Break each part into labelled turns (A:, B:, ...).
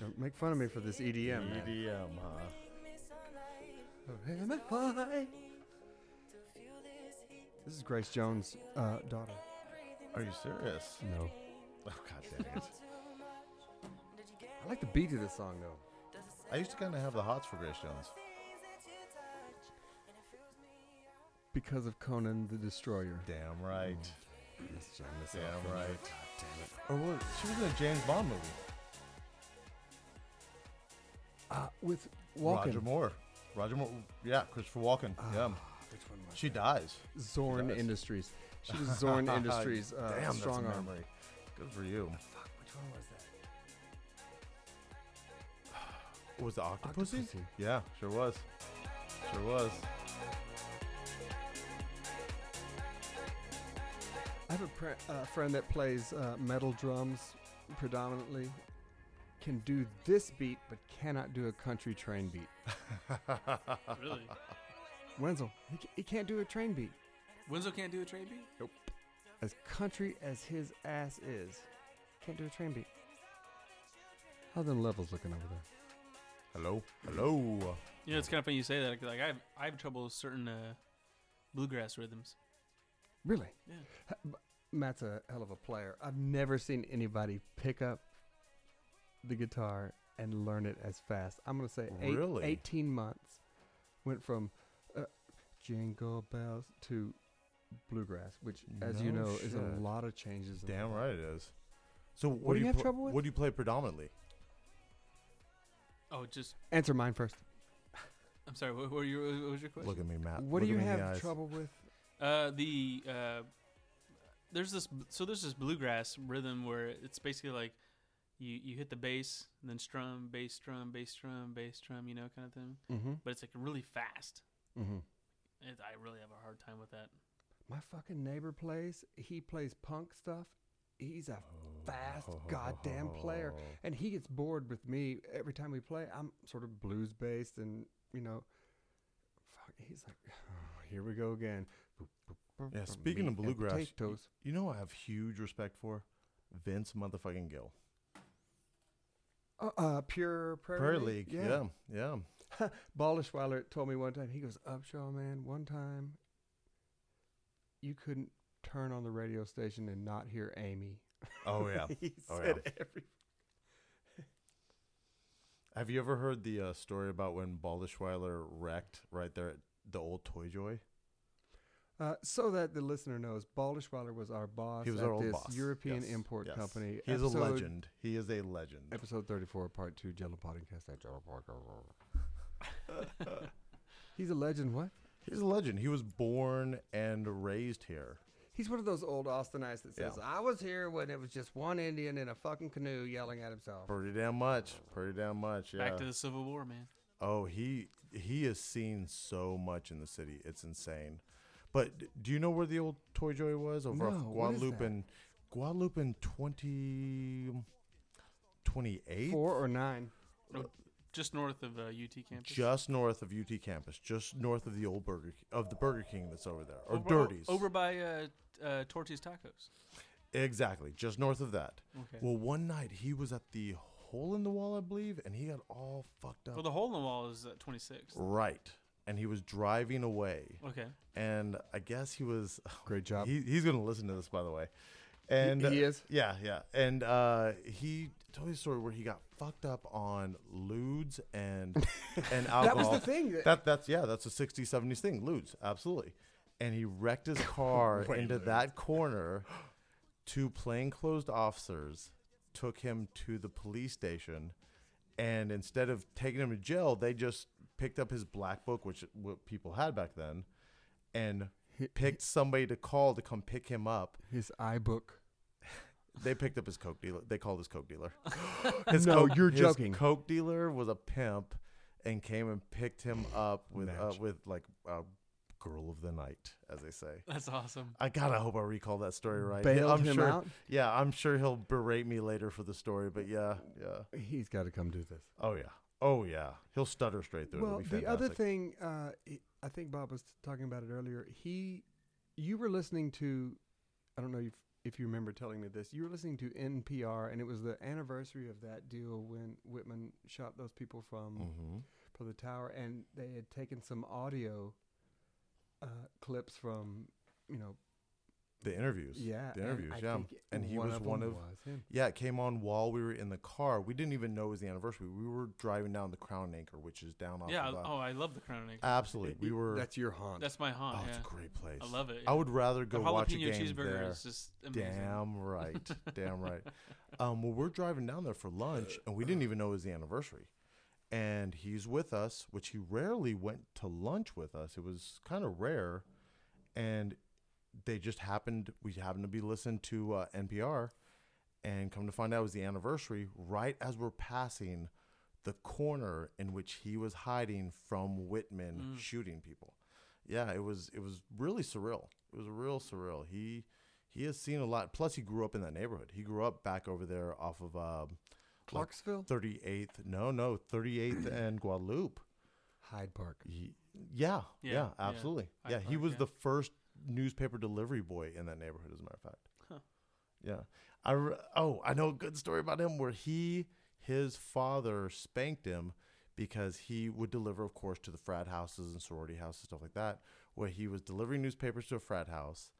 A: Don't make fun of me for this EDM.
B: E
A: man. Oh,
B: EDM, huh?
A: This is Grace Jones' uh, daughter.
B: Are you serious?
A: No.
B: Oh god damn it!
A: I like the beat of this song, though.
B: I used to kind of have the hots for Grace Jones.
A: Because of Conan the Destroyer.
B: Damn right.
A: Let's jam this out
B: Damn
A: for a minute.
B: right. Mm. Or what? She was in a James Bond movie.
A: Uh, with Walken.
B: Roger Moore. Roger Moore. Yeah, Christopher Walken. yeah.
A: Which one was
B: She dies.
A: Zorn
B: Yes.
A: Industries. She was Zorn Industries. Uh,
B: Damn, that's
A: strong
B: a
A: arm.
B: memory. Good for you.
A: Fuck, which one was that?
B: Was the octopus?
A: Octopussy.
B: Yeah, sure was. Sure was.
A: I have a pre- uh, friend that plays uh, metal drums predominantly. Can do this beat, but cannot do a country train beat.
C: Really?
A: Wenzel, he, ca- he can't do a train beat.
C: Winslow can't do a trade beat?
A: Nope. As country as his ass is, can't do a train beat. How them levels looking over there?
B: Hello. Hello.
C: You know, it's kind of funny you say that. 'cause, Like, I have, I have trouble with certain uh, bluegrass rhythms.
A: Really?
C: Yeah.
A: Ha- b- Matt's a hell of a player. I've never seen anybody pick up the guitar and learn it as fast. I'm going to say eight,
B: Really?
A: 18 months. Went from uh, jingle bells to bluegrass, which, as you
B: No
A: know, is a
B: shit.
A: lot of changes. in
B: Damn
A: that.
B: right it is. So what,
A: do you have
B: pl-
A: trouble with?
B: What do you play predominantly?
C: Oh, just
A: Answer mine first.
C: I'm sorry. What, what, were your, what was your question?
B: Look at me, Matt.
A: What
B: Uh, Look
A: do
B: at
A: you
B: me in the
A: have
B: eyes.
A: trouble with?
C: Uh, the uh, there's this so there's this bluegrass rhythm where it's basically like you you hit the bass and then strum bass strum bass strum bass strum you know kind of thing.
A: Mm-hmm.
C: But it's like really fast.
A: Mm-hmm.
C: It, I really have a hard time with that.
A: My fucking neighbor plays. He plays punk stuff. He's a fast goddamn player, and he gets bored with me every time we play. I'm sort of blues based, and you know, fuck. He's like, "Oh, here we go again.
B: Yeah, speaking of
A: Meat and
B: bluegrass,
A: potatoes.
B: You know, who I have huge respect for Vince motherfucking Gill.
A: Uh, uh, pure prairie,
B: Prayer League. Yeah, yeah.
A: Ballishweiler told me one time. He goes, Upshaw man, one time, you couldn't turn on the radio station and not hear Amy.
B: Oh yeah.
A: he
B: oh,
A: said
B: yeah.
A: every
B: Have you ever heard the uh, story about when Baldishweiler wrecked right there at the old Toy Joy?
A: Uh, so that the listener knows, Baldishweiler was our boss
B: He was
A: at
B: our old
A: this
B: boss.
A: European
B: Yes,
A: import
B: yes.
A: company.
B: He is a
A: Episode-
B: legend. He is a legend.
A: Episode 34, part two, Jello Podcast. at Jello Podcast. He's a legend, what?
B: He's a legend. He was born and raised here.
A: He's one of those old Austinites that says,
B: Yeah.
A: I was here when it was just one Indian in a fucking canoe yelling at himself.
B: Pretty damn much. Pretty damn much. Yeah.
C: Back to the Civil War, man.
B: Oh, he he has seen so much in the city. It's insane. But d- do you know where the old Toy Joy was over
A: No,
B: off
A: what is
B: Guadalupe
A: that?
B: and Guadalupe and 20 28
A: Four or nine.
C: Oh, just north of uh, UT campus.
B: just north of UT campus, just north of the old Burger of the Burger King that's over there or
C: over,
B: Dirty's.
C: over by uh, uh, Torchy's Tacos.
B: Exactly, just north of that.
C: Okay.
B: Well, one night he was at the hole in the wall, I believe, and he got all fucked up.
C: Well, the hole in the wall is uh, 26.
B: right. And he was driving away.
C: Okay.
B: and I guess he was.
A: Great job.
B: He, he's going to listen to this, by the way. And
A: He- he is?
B: Yeah, yeah. And uh, he told me a story where he got fucked up on lewds and and
A: That was
B: alcohol.
A: the thing that-
B: That that's yeah, that's a 60s, 70s thing. Lewds, absolutely. And he wrecked his car into that corner. Two plainclothes officers took him to the police station. And instead of taking him to jail, they just picked up his black book, which what people had back then, and picked somebody to call to come pick him up.
A: His iBook.
B: They picked up his coke dealer. They called his coke dealer. His
A: No,
B: coke,
A: you're
B: his
A: joking.
B: Coke dealer was a pimp, and came and picked him up with uh,
A: Match.
B: with like a girl of the night, as they say.
C: That's awesome.
B: I gotta hope I recall that story right.
A: Bailed
B: I'm
A: him
B: sure.
A: out?
B: Yeah, I'm sure he'll berate me later for the story. But yeah, yeah.
A: He's got to come do this.
B: Oh yeah. Oh yeah. He'll stutter straight through.
A: Well,
B: It'll be
A: the other
B: fantastic.
A: thing, uh, it- I think Bob was talking about it earlier. He, you were listening to, I don't know if if you remember telling me this. You were listening to NPR, and it was the anniversary of that deal when Whitman shot those people from
B: Mm-hmm.
A: from the tower, and they had taken some audio uh, clips from you know
B: The interviews.
A: yeah
B: The interviews,
A: I
B: yeah.
A: think
B: And he was
A: of
B: one
A: them
B: of-
A: was him.
B: Yeah, it came on while we were in the car. We didn't even know it was the anniversary. We were driving down the Crown Anchor, which is down off.
C: yeah.
B: Of, uh,
C: Oh, I love the Chronic.
B: absolutely. We were.
A: that's your haunt.
C: That's my haunt.
B: oh,
C: yeah.
B: it's a great place.
C: I love it.
B: I would rather
C: The
B: go
C: jalapeno
B: watch a game
C: cheeseburger
B: there.
C: is just amazing.
B: Damn right. Damn right. Um, well, we're driving down there for lunch, and we didn't even know it was the anniversary. And he's with us, which he rarely went to lunch with us. It was kind of rare. And they just happened, we happened to be listening to uh, NPR, and come to find out it was the anniversary right as we're passing the corner in which he was hiding from Whitman shooting people. Yeah, it was it was really surreal. It was real surreal. He he has seen a lot. Plus, he grew up in that neighborhood. He grew up back over there off of um, like
A: Clarksville
B: 38th. No, no, 38th and Guadalupe.
A: Hyde Park.
B: He, yeah, yeah,
C: Yeah, yeah.
B: absolutely.
C: I
B: Yeah, he
C: thought,
B: was
C: yeah.
B: the first newspaper delivery boy in that neighborhood, as a matter of fact.
C: Huh.
B: Yeah. I re- oh, I know a good story about him where he his father spanked him because he would deliver, of course, to the frat houses and sorority houses, stuff like that, where he was delivering newspapers to a frat house,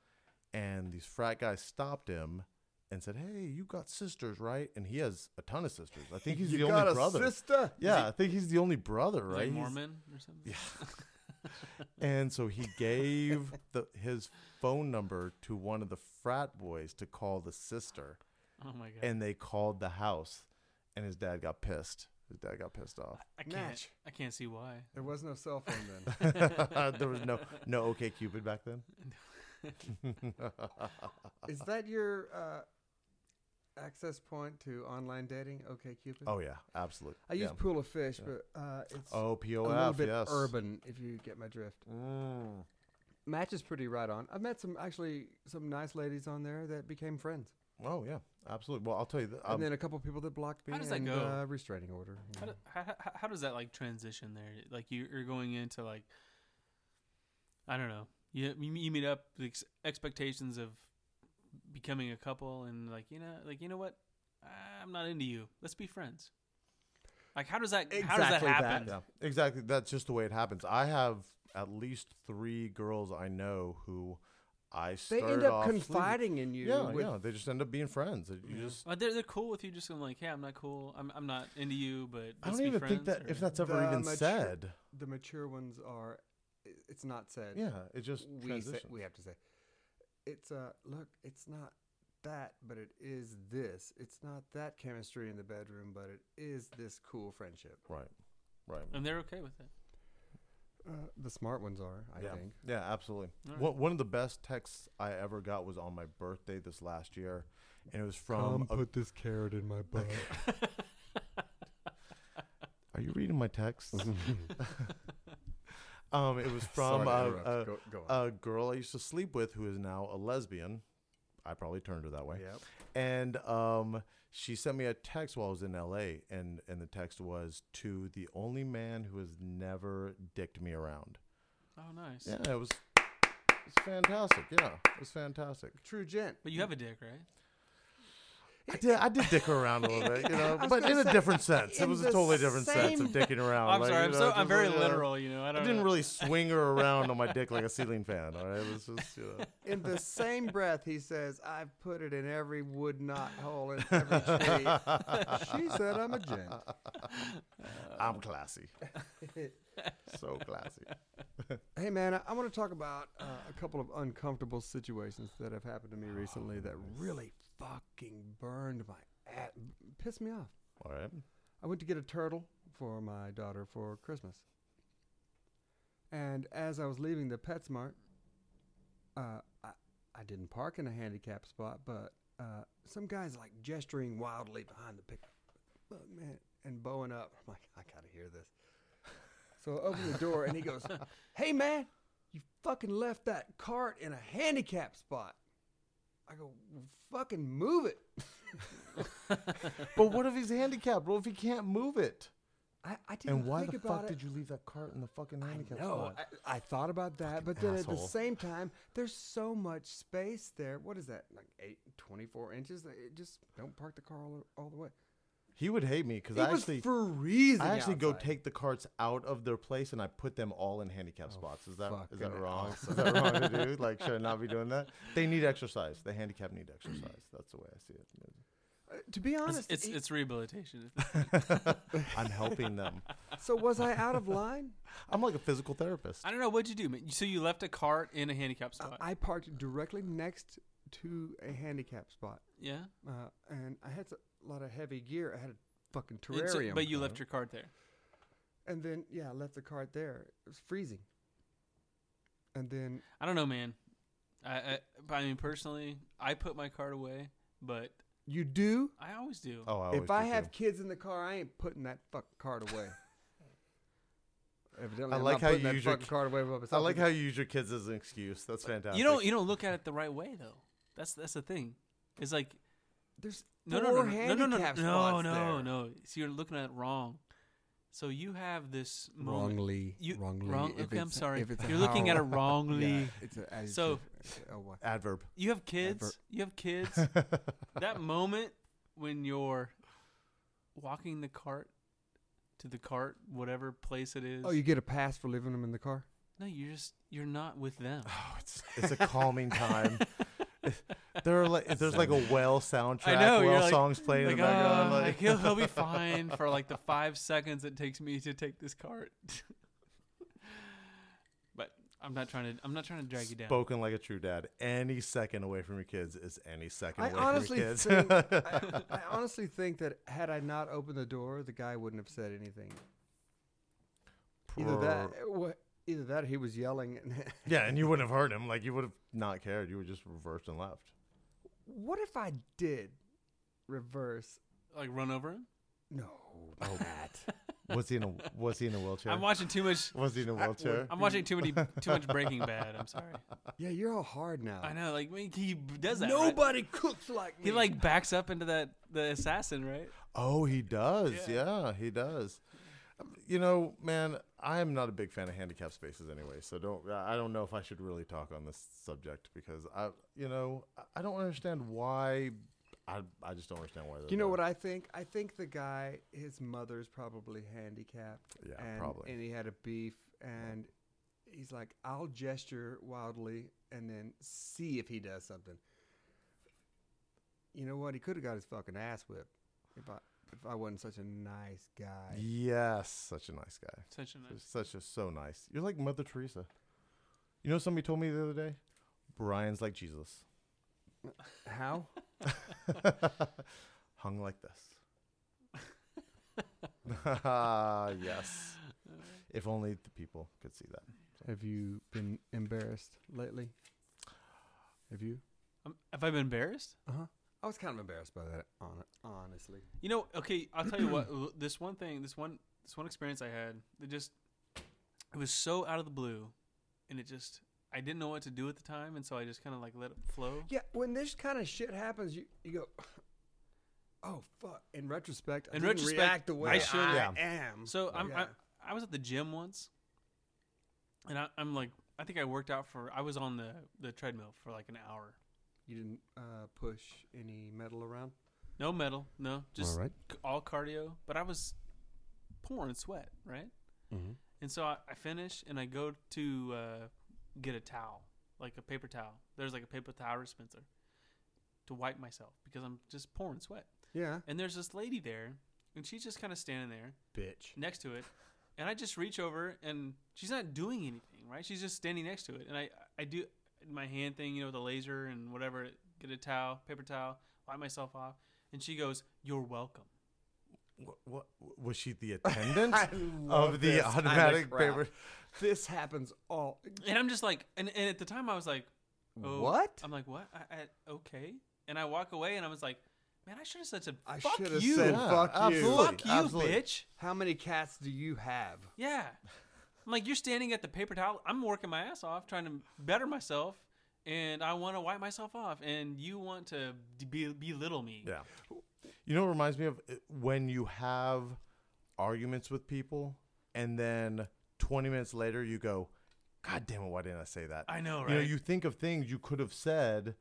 B: and these frat guys stopped him and said, "Hey, you got sisters, right?" And he has a ton of sisters. I think he's
A: you
B: the
A: got
B: only
A: a
B: brother.
A: sister.
B: Yeah, I think he's the only brother,
C: Is he
B: right? He's-
C: Mormon or something.
B: Yeah. and so he gave the, his phone number to one of the frat boys to call the sister,
C: Oh my god.
B: and they called the house, and his dad got pissed. His dad got pissed off.
C: I can't.
A: Match.
C: I can't see why.
A: There was no cell phone then.
B: there was no no OK Cupid back then.
A: Is that your uh, access point to online dating? Okay, Cupid.
B: Oh yeah, absolutely.
A: I use
B: yeah.
A: Pool of Fish,
B: Yeah.
A: but uh, it's
B: oh
A: a
B: POF.
A: little bit
B: yes.
A: urban. If you get my drift.
B: Mm.
A: Match is pretty right on. I've met some actually some nice ladies on there that became friends,
B: Oh yeah, absolutely. Well, I'll tell you. Th-
A: and
B: um,
A: then a couple people that blocked me
C: How does that
A: and
C: go?
A: Uh, restraining order. you
C: How, do,
A: know.
C: how, how, how does that like transition there? Like you, you're going into like, I don't know. You you you meet up the ex- expectations of becoming a couple, and like you know, like you know what, I'm not into you. Let's be friends. Like how does that how does that
A: Exactly that.
C: happen?
B: Yeah, exactly. That's just the way it happens. I have at least three girls I know who I
A: They
B: started
A: end up
B: off sleeping-
A: confiding in you.
B: Yeah,
A: with,
B: yeah. They just end up being friends. It- You
C: Yeah.
B: just.
C: Like, they're they're cool with you. Just going like, yeah, I'm not cool. I'm I'm not into you. But
B: I don't
C: let's be
B: even think
C: friends,"
B: that
C: or-
B: if that's ever
A: The
B: even
A: mature-
B: said.
A: The mature ones are. i- It's not said.
B: Yeah, it just
A: we say,
B: transitions.
A: we have to say. It's uh look. It's not that, but it is this. It's not that chemistry in the bedroom, but it is this cool friendship.
B: right, right.
C: and they're okay with it.
A: Uh, the smart ones are, I
B: yeah.
A: think.
B: Yeah, absolutely.
C: All right.
B: One, one of the best texts I ever got was on my birthday this last year, and it was from. a-
A: this carrot in my butt.
B: are you reading my texts? um, it was from
A: Sorry to
B: uh,
A: interrupt.
B: uh,
A: go, go on.
B: a girl I used to sleep with who is now a lesbian. I probably turned her that way.
A: Yep.
B: And um, she sent me a text while I was in LA, and, and the text was to the only man who has never dicked me around.
C: Oh, nice.
B: Yeah, it was it's fantastic. Yeah, it was fantastic.
A: True gent.
C: But you have a dick, right?
B: I did, I did dick her around a little bit, you know,
A: was
B: but
A: gonna
B: in a
A: say,
B: different sense. It
A: in
B: was a
A: the
B: totally different sense of
A: same-
B: dicking around.
C: I'm
B: Oh, like,
C: sorry.
B: you
C: I'm
B: know,
C: so
B: just
C: I'm very
B: like, uh, you know,
C: literal. You know, I
B: I
C: don't.
B: didn't
C: know.
B: really swing her around on my dick like a ceiling fan. All right, it was just you know.
A: In the same breath, he says, "I've put it in every wood knot hole in every tree." she said, "I'm a gent."
B: I'm classy. so classy.
A: Hey man, I, I want to talk about uh, a couple of uncomfortable situations that have happened to me recently that really fucking burned my ass, pissed me off.
B: All right.
A: I went to get a turtle for my daughter for Christmas, and as I was leaving the PetSmart, uh, I I didn't park in a handicap spot, but uh, some guy's like gesturing wildly behind the pickup, but man, and bowing up. I'm like, I gotta hear this. So I open the door and he goes, Hey man, you fucking left that cart in a handicap spot. I go, "Well, fucking move it.
B: But what if he's handicapped? What if he can't move it?
A: I, I didn't
B: And why
A: think
B: the
A: about
B: fuck
A: it.
B: did you leave that cart in the fucking handicap
A: I know.
B: spot?
A: I, I thought about that, but then at
B: asshole.
A: the same time, there's so much space there. What is that? Like eight, 24 inches? Like, It just don't park the car all, all the way.
B: He would hate me because
A: it
B: I
A: was
B: actually,
A: freezing.
B: I actually go
A: outside.
B: take the carts out of their place and I put them all in
C: Oh,
B: handicap spots. Is that is that
A: fucking
B: wrong? Is that wrong to do? Like, should I not be doing that? They need exercise. The handicap need exercise. That's the way I see it.
A: Uh, to be
C: It's-
A: honest,
C: it's,
A: he-
C: it's rehabilitation.
B: I'm helping them.
A: so was I out of line?
B: I'm like a physical therapist.
C: I don't know what'd you do, man. So you left a cart in a handicap
A: Uh,
C: spot.
A: I parked directly next to a handicap spot,
C: yeah.
A: uh, and I had a lot of heavy gear. I had a fucking
C: And so-
A: terrarium,
C: but you
B: car.
C: left your cart there.
A: and then yeah, I left the cart there. It was freezing, and then
C: I don't know, man. I, I, but I mean, personally, I put my cart away, but
A: you do.
C: I always do.
B: Oh, I always
A: if I
B: do,
A: have
B: too.
A: kids in the car, I ain't putting that fucking card away. Evidently,
B: I
A: I'm
B: like
A: not
B: how
A: putting
B: you
A: that
B: use your
A: fucking
B: ki-
A: card away by
B: I
A: myself.
B: like how you use your kids as an excuse. That's fantastic.
C: you don't you don't look at it the right way though. That's that's the thing. It's like
A: there's
C: no no
A: four
C: no no no
A: handicap
C: no no
A: spots
C: no no,
A: there.
C: no. So you're looking at it wrong. So you have this moment.
A: Wrongly,
C: You-
A: wrongly.
C: wrong-
A: if
C: okay, I'm
A: it's-
C: sorry.
A: if it's
C: You're looking at it
A: how-
C: wrongly.
A: Yeah, it's an adjective.
C: So- uh,
A: oh, what?
B: adverb.
C: You have kids.
A: Advert.
C: You have kids. that moment when you're walking the cart to the cart, whatever place it is.
A: Oh, you get a pass for leaving them in the car?
C: no, you're just you're not with them.
B: Oh, it's it's a calming time. there are like there's like a well soundtrack,
C: know, you're
B: well
C: like-
B: songs playing
C: like,
B: in the background.
C: "Oh,
B: like,
C: like, he'll, he'll be fine for like the five seconds it takes me to take this cart. but I'm not trying to. I'm not trying to drag you down.
B: spoken like a true dad. Any second away from your kids is any second
A: I
B: away
A: honestly,
B: from your kids.
A: think, I, I honestly think that had I not opened the door, the guy wouldn't have said anything. Either that, wha- either that, or he was yelling. And
B: yeah, and you wouldn't have heard him. Like you would have not cared. You would just reversed and left.
A: what if I did reverse?
C: like run over him.
A: No,
B: Oh, was he in a was he in a wheelchair?
C: I'm watching too much.
B: was he in a wheelchair?
C: I'm watching too many too much Breaking Bad. I'm sorry.
A: yeah, you're all hard now.
C: I know. Like man, he does that. right?
A: Nobody cooks like me.
C: He like backs up into that the assassin, right?
B: Oh, he does. Yeah.
C: Yeah.
B: he does. Um, You know, man, I am not a big fan of handicap spaces anyway. So don't. I I don't know if I should really talk on this subject because I, you know, I- I don't understand why. I I just don't understand why.
A: You know what I think? I think the guy, his mother's probably handicapped.
B: Yeah,
A: and,
B: probably.
A: And he had a beef, and he's like, "I'll gesture wildly and then see if he does something." You know what? He could have got his fucking ass whipped if I if I wasn't such a nice guy.
B: Yes, such a nice guy.
C: Such a nice.
B: Such a so nice. You're like Mother Teresa. You know, somebody told me the other day, Brian's like Jesus,
A: How?
B: hung like this. yes. If only the people could see that.
A: Have you been embarrassed lately? Have you?
C: Um, have I been embarrassed?
A: Uh huh. I was kind of embarrassed by that, hon- honestly.
C: You know, okay, I'll tell you what. l- This one thing, this one, this one experience I had, it just, it was so out of the blue, and it just, I didn't know what to do at the time, and so I just kind of like let it flow.
A: Yeah, when this kind of shit happens, you, you go, oh fuck. In retrospect, I
C: In
A: didn't
C: retrospect,
A: react the
C: I
A: way I,
C: should-
B: Yeah.
A: am.
C: So I'm,
A: Yeah.
C: I, I was at the gym once, and I, I'm like, I think I worked out for, I was on the the treadmill for like an hour.
A: you didn't uh, push any metal around.
C: No metal, no, just
A: right.
C: c- all cardio. But I was pouring sweat, right?
A: Mm-hmm.
C: And so I, I finish and I go to uh, get a towel, like a paper towel. There's like a paper towel dispenser to wipe myself because I'm just pouring sweat.
A: Yeah,
C: And there's this lady there, and she's just kind of standing there
A: bitch.
C: next to it. And I just reach over, and she's not doing anything, right? She's just standing next to it. And I, I do my hand thing, you know, with a laser and whatever, get a towel, paper towel, wipe myself off. And she goes, You're welcome.
B: What, what was she the attendant
A: I love
B: of the
A: this kinda
B: automatic
A: crap.
B: paper?
A: This happens all.
C: And I'm just like, and, and at the time I was like, Oh,
A: What?
C: I'm like, what? I, I, okay. And I walk away, and I was like, man, I should have said,
A: I
C: fuck
A: should have
C: you,
A: said
B: Yeah,
A: fuck you.
B: absolutely.
C: fuck you,
B: Absolutely.
C: bitch.
A: How many cats do you have?
C: Yeah. I'm like, you're standing at the paper towel. I'm working my ass off, trying to better myself, and I want to wipe myself off, and you want to d- be, belittle me.
B: Yeah. You know, what reminds me of Uh, when you have arguments with people, and then 20 minutes later you go, God damn it, why didn't I say that?
C: I know,
B: You know,
C: right?
B: you think of things you could have said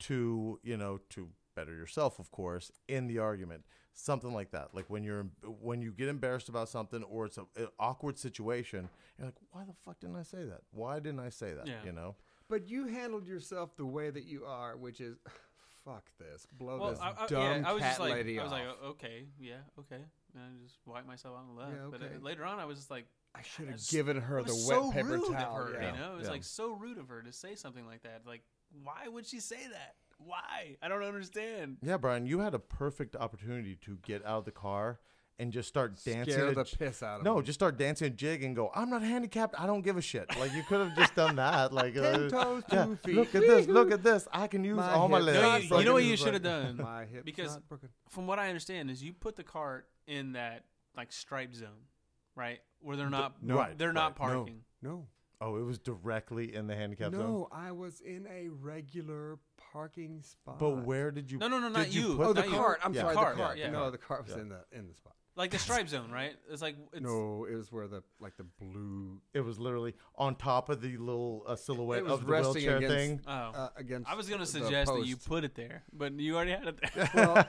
B: to, you know, to better yourself, of course, in the argument. Something like that. Like when you're when you get embarrassed about something or it's a, an awkward situation, you're like, why the fuck didn't I say that? Why didn't I say that?
C: Yeah.
B: You know?
A: But you handled yourself the way that you are, which is fuck this, blow
C: well,
A: this
C: I, I,
A: dumb
C: yeah, I was
A: cat
C: just like,
A: lady
C: I was
A: off.
C: like, "Oh, okay, yeah, okay. And I just wiped myself out and left.
A: Yeah,
C: But
A: okay.
C: uh, later on, I was just like,
A: I should have
C: was-
A: given her
C: it
A: the wet
C: was so
A: paper
C: rude
A: towel.
C: of her.
A: yeah.
C: You know, it was
B: yeah.
C: like so rude of her to say something like that. Like, why would she say that? Why? I don't understand.
B: Yeah, Brian, you had a perfect opportunity to get out of the car and just start dancing.
A: Scare
B: a
A: the
B: j-
A: piss out of
B: no,
A: him.
B: just start dancing a jig and go. I'm not handicapped. I don't give a shit. Like you could have just done that. Like uh,
A: Ten toes,
B: yeah,
A: two feet.
B: Look at this. Look at this. I can use
A: My
B: all my
A: hip
B: legs.
C: No,
A: not
C: you,
A: broken.
C: you know what you
A: It's
C: should have
A: like,
C: done.
A: My hips
C: Because-
A: not broken.
C: From what I understand, is you put the cart in that like stripe zone, right? Where they're not,
B: no,
C: right, they're not
B: right, no.
C: parking.
A: No,
B: Oh, it was directly in the handicap zone.
A: no, uh, I was in a regular parking spot.
B: But where did you?
C: No, no, no,
B: did
C: not you.
B: put
A: Oh,
C: Not
A: the
C: you.
A: cart. I'm
B: Yeah.
A: sorry,
C: Cart,
A: the cart.
C: yeah.
A: No, the cart was
B: Yeah.
A: in the in the spot.
C: Like the stripe zone, right? It's like it's,
A: No, it was where the like the blue
B: It was literally on top of the little uh, silhouette
A: It was
B: of the
A: resting
B: wheelchair
A: against-
B: thing.
C: Oh,
A: uh, against.
C: I was gonna
A: the
C: suggest that you
A: post.
C: put it there, but you already had it there.
A: Well,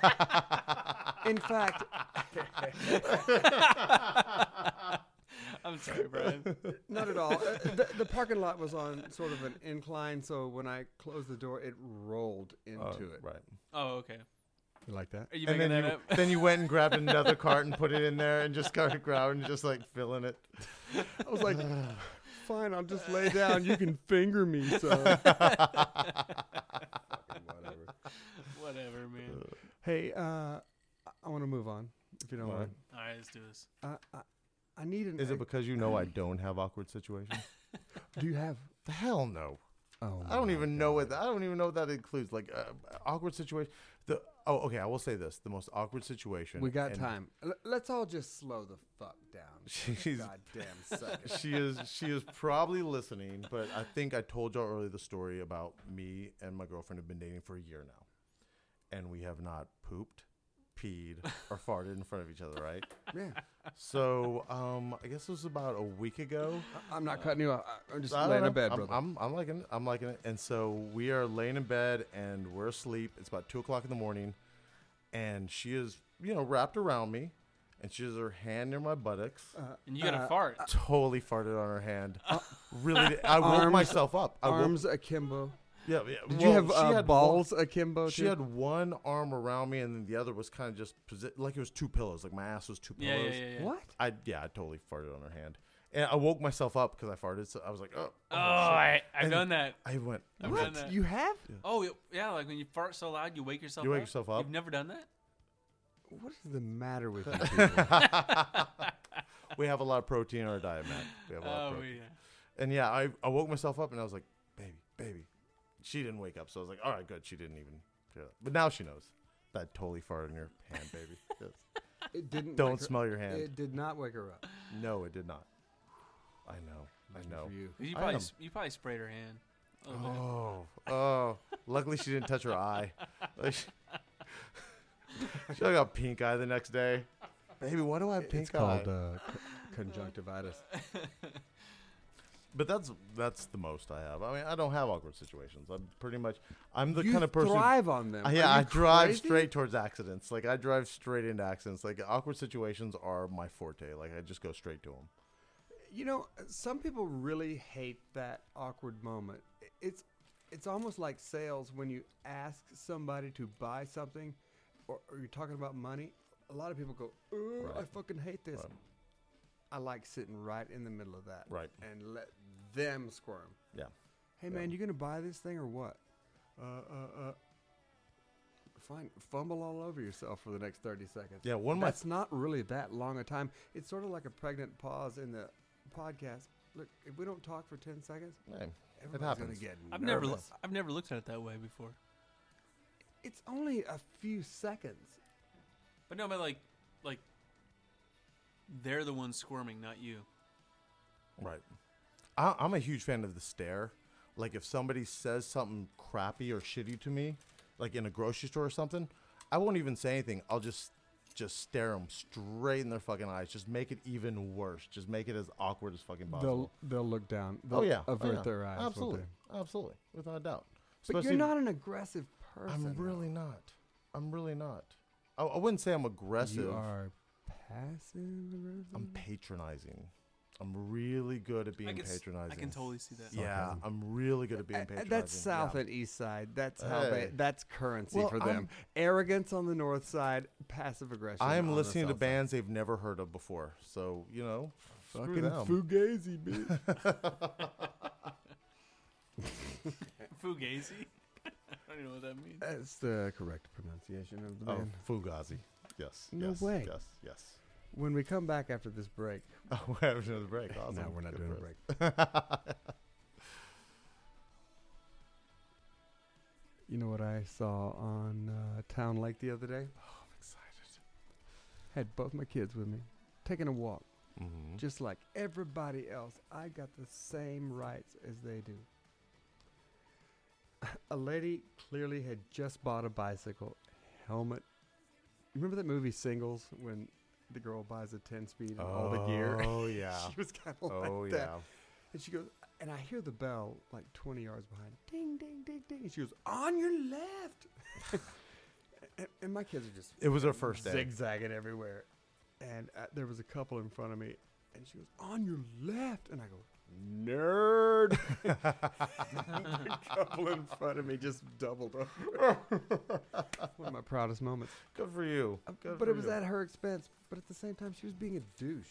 A: in fact,
C: I'm sorry, Brian.
A: not at all. Uh, the, the parking lot was on sort of an incline, so when I closed the door, it rolled into
B: Oh,
A: it.
B: Right.
C: Oh, okay.
A: You like that?
C: Are you
B: and
C: making
B: then
C: that
B: you
C: up?
B: then you went and grabbed another cart and put it in there and just started grabbing, just like filling it.
A: I was like, fine, I'll just lay down. You can finger me, so. whatever.
C: Whatever, man.
A: Hey, uh, I, want to move on, if you don't
B: All right.
A: mind.
C: All right, let's do this.
A: I, I, I need an.
B: Is it because you know I don't have awkward situations?
A: do you have?
B: the hell no.
A: Oh,
B: I don't
A: my
B: even know what that, I don't even know what that includes. Like uh, awkward situation. The oh okay, I will say this: the most awkward situation.
A: We got
B: and
A: time. L- let's all just slow the fuck down.
B: She's
A: Goddamn second.
B: she is she is probably listening, but I think I told y'all earlier the story about me and my girlfriend have been dating for a year now, and we have not pooped, peed, or farted in front of each other, right?
A: Yeah,
B: So um, I guess it was about a week ago.
A: I, am not cutting you off. I- I'm just
B: Uh, I don't
A: laying
B: know.
A: in bed,
B: I'm,
A: brother.
B: I'm, I'm liking it. I'm liking it. And so we are laying in bed and we're asleep. It's about two o'clock in the morning, and she is you know wrapped around me, and she has her hand near my buttocks.
C: And you got to
A: Uh,
C: fart.
B: totally farted on her hand. really, did- I woke
A: Arms-
B: myself up. I woke,
A: Arms akimbo.
B: Yeah, yeah.
A: Did
B: well,
A: you have
B: she
A: uh,
B: had
A: balls akimbo?
B: One, she
A: too?
B: had one arm around me, and then the other was kind of just posi- like it was two pillows. Like my ass was two
C: Yeah,
B: pillows.
C: yeah, yeah, yeah.
A: what?
B: I yeah, I totally farted on her hand, and I woke myself up because I farted. So I was like, oh,
C: Oh,
B: shit.
C: I, I've
B: And
C: done that.
B: I went.
C: I've
B: what?
C: done that.
A: You have?
C: Oh, y- yeah, like when you fart so loud, you wake yourself
B: You
C: up.
B: wake yourself up.
C: You've never done that?
A: What is the matter with you people?
B: We have a lot of protein in our diet, Matt. We have a lot of
C: Oh,
B: protein.
C: yeah.
B: And yeah, I, I woke myself up and I was like, baby, baby. She didn't wake up, so I was like, all right, good. She didn't even hear that. But now she knows that I totally farted in your hand, baby. Yes.
A: It didn't.
B: Don't
A: wake her-
B: smell your hand.
A: It did not wake her up.
B: No, it did not. I know. I know.
A: For you.
C: 'Cause You
B: I
C: probably,
B: am.
C: s- you probably sprayed her hand. a little
B: Oh,
C: bit.
B: oh. Luckily, she didn't touch her eye. Like, she she got pink eye the next day. Baby, why do I have pink
A: it's
B: eye?
A: called uh, co- conjunctivitis.
B: But that's that's the most I have. I mean, I don't have awkward situations. I'm pretty much I'm the
A: you
B: kind of person.
A: thrive on them.
B: Uh,
A: Are
B: yeah,
A: you
B: I drive
A: crazy?
B: straight towards accidents. Like I drive straight into accidents. Like awkward situations are my forte. Like I just go straight to them.
A: You know, some people really hate that awkward moment. I- It's it's almost like sales when you ask somebody to buy something, or, or you're talking about money. A lot of people go, "Ooh, I
B: Right.
A: fucking hate this."
B: Right.
A: I like sitting right in the middle of that,
B: Right.
A: and let them squirm.
B: Yeah.
A: Hey man, you gonna buy this thing or what? Uh, uh, uh. Fine, fumble all over yourself for the next thirty seconds.
B: Yeah, one of my
A: That's not really that long a time. It's sort of like a pregnant pause in the podcast. Look, if we don't talk for ten seconds,
B: Hey,
A: everybody's gonna
B: happens.
A: get
C: I've
A: nervous.
C: never, loo- I've never looked at it that way before.
A: It's only a few seconds.
C: But no, but like, like, they're the ones squirming, not you.
B: right. I, I'm a huge fan of the stare. Like if somebody says something crappy or shitty to me, like in a grocery store or something, I won't even say anything. I'll just just stare them straight in their fucking eyes. Just make it even worse. Just make it as awkward as fucking possible.
A: They'll they'll look down. They'll
B: oh yeah, Oh,
A: avert
B: yeah.
A: their eyes. won't
B: Absolutely,
A: they?
B: absolutely, without a doubt.
A: But you're
B: Especially-
A: not an aggressive person.
B: I'm really not. I'm really not. I, I wouldn't say I'm aggressive.
A: You are passive aggressive.
B: I'm patronizing. I'm really good at being
C: I can, s-
B: patronizing.
C: I can totally see that.
B: Yeah,
A: Sarcasm.
B: I'm really good at being
A: Uh, uh,
B: patronizing.
A: That's south
B: yeah.
A: and east side. That's how they.
B: Hey.
A: That's currency
B: Well,
A: for them.
B: I'm-
A: Arrogance on the north side, passive aggression.
B: I
A: on
B: am
A: the
B: listening
A: south
B: to
A: side.
B: bands they've never heard of before, so you know, screw
A: Fucking
B: them.
A: fugazi, bitch.
C: Fugazi. I don't even know what that means.
A: that's the correct pronunciation of the
B: Oh,
A: band.
B: Fugazi. Yes.
A: No
B: yes,
A: way.
B: Yes. Yes.
A: When we come back after this break,
B: Oh, we're having another break. Awesome.
A: no, we're not
B: Good
A: doing a
B: for us.
A: break. You know what I saw on uh, Town Lake the other day?
B: Oh, I'm excited.
A: Had both my kids with me, taking a walk.
B: Mhm.
A: Just like everybody else, I got the same rights as they do. A lady clearly had just bought a bicycle helmet. Remember that movie Singles when the girl buys a 10 speed and all the gear?
B: Oh yeah.
A: she was kind of
B: oh
A: like that.
B: yeah.
A: And she goes, and I hear the bell like 20 yards behind. Ding, ding, ding, ding. And she goes, on your left. and, and my kids are just
B: It was her first day.
A: zigzagging everywhere. And uh, there was a couple in front of me, and she goes, "On your left," and I go, "Nerd." the couple in front of me just doubled over. One of my proudest moments.
B: Good for you.
A: Uh,
B: Oh, Good
A: but
B: for
A: it was
B: you.
A: at her expense. But at the same time, she was being a douche.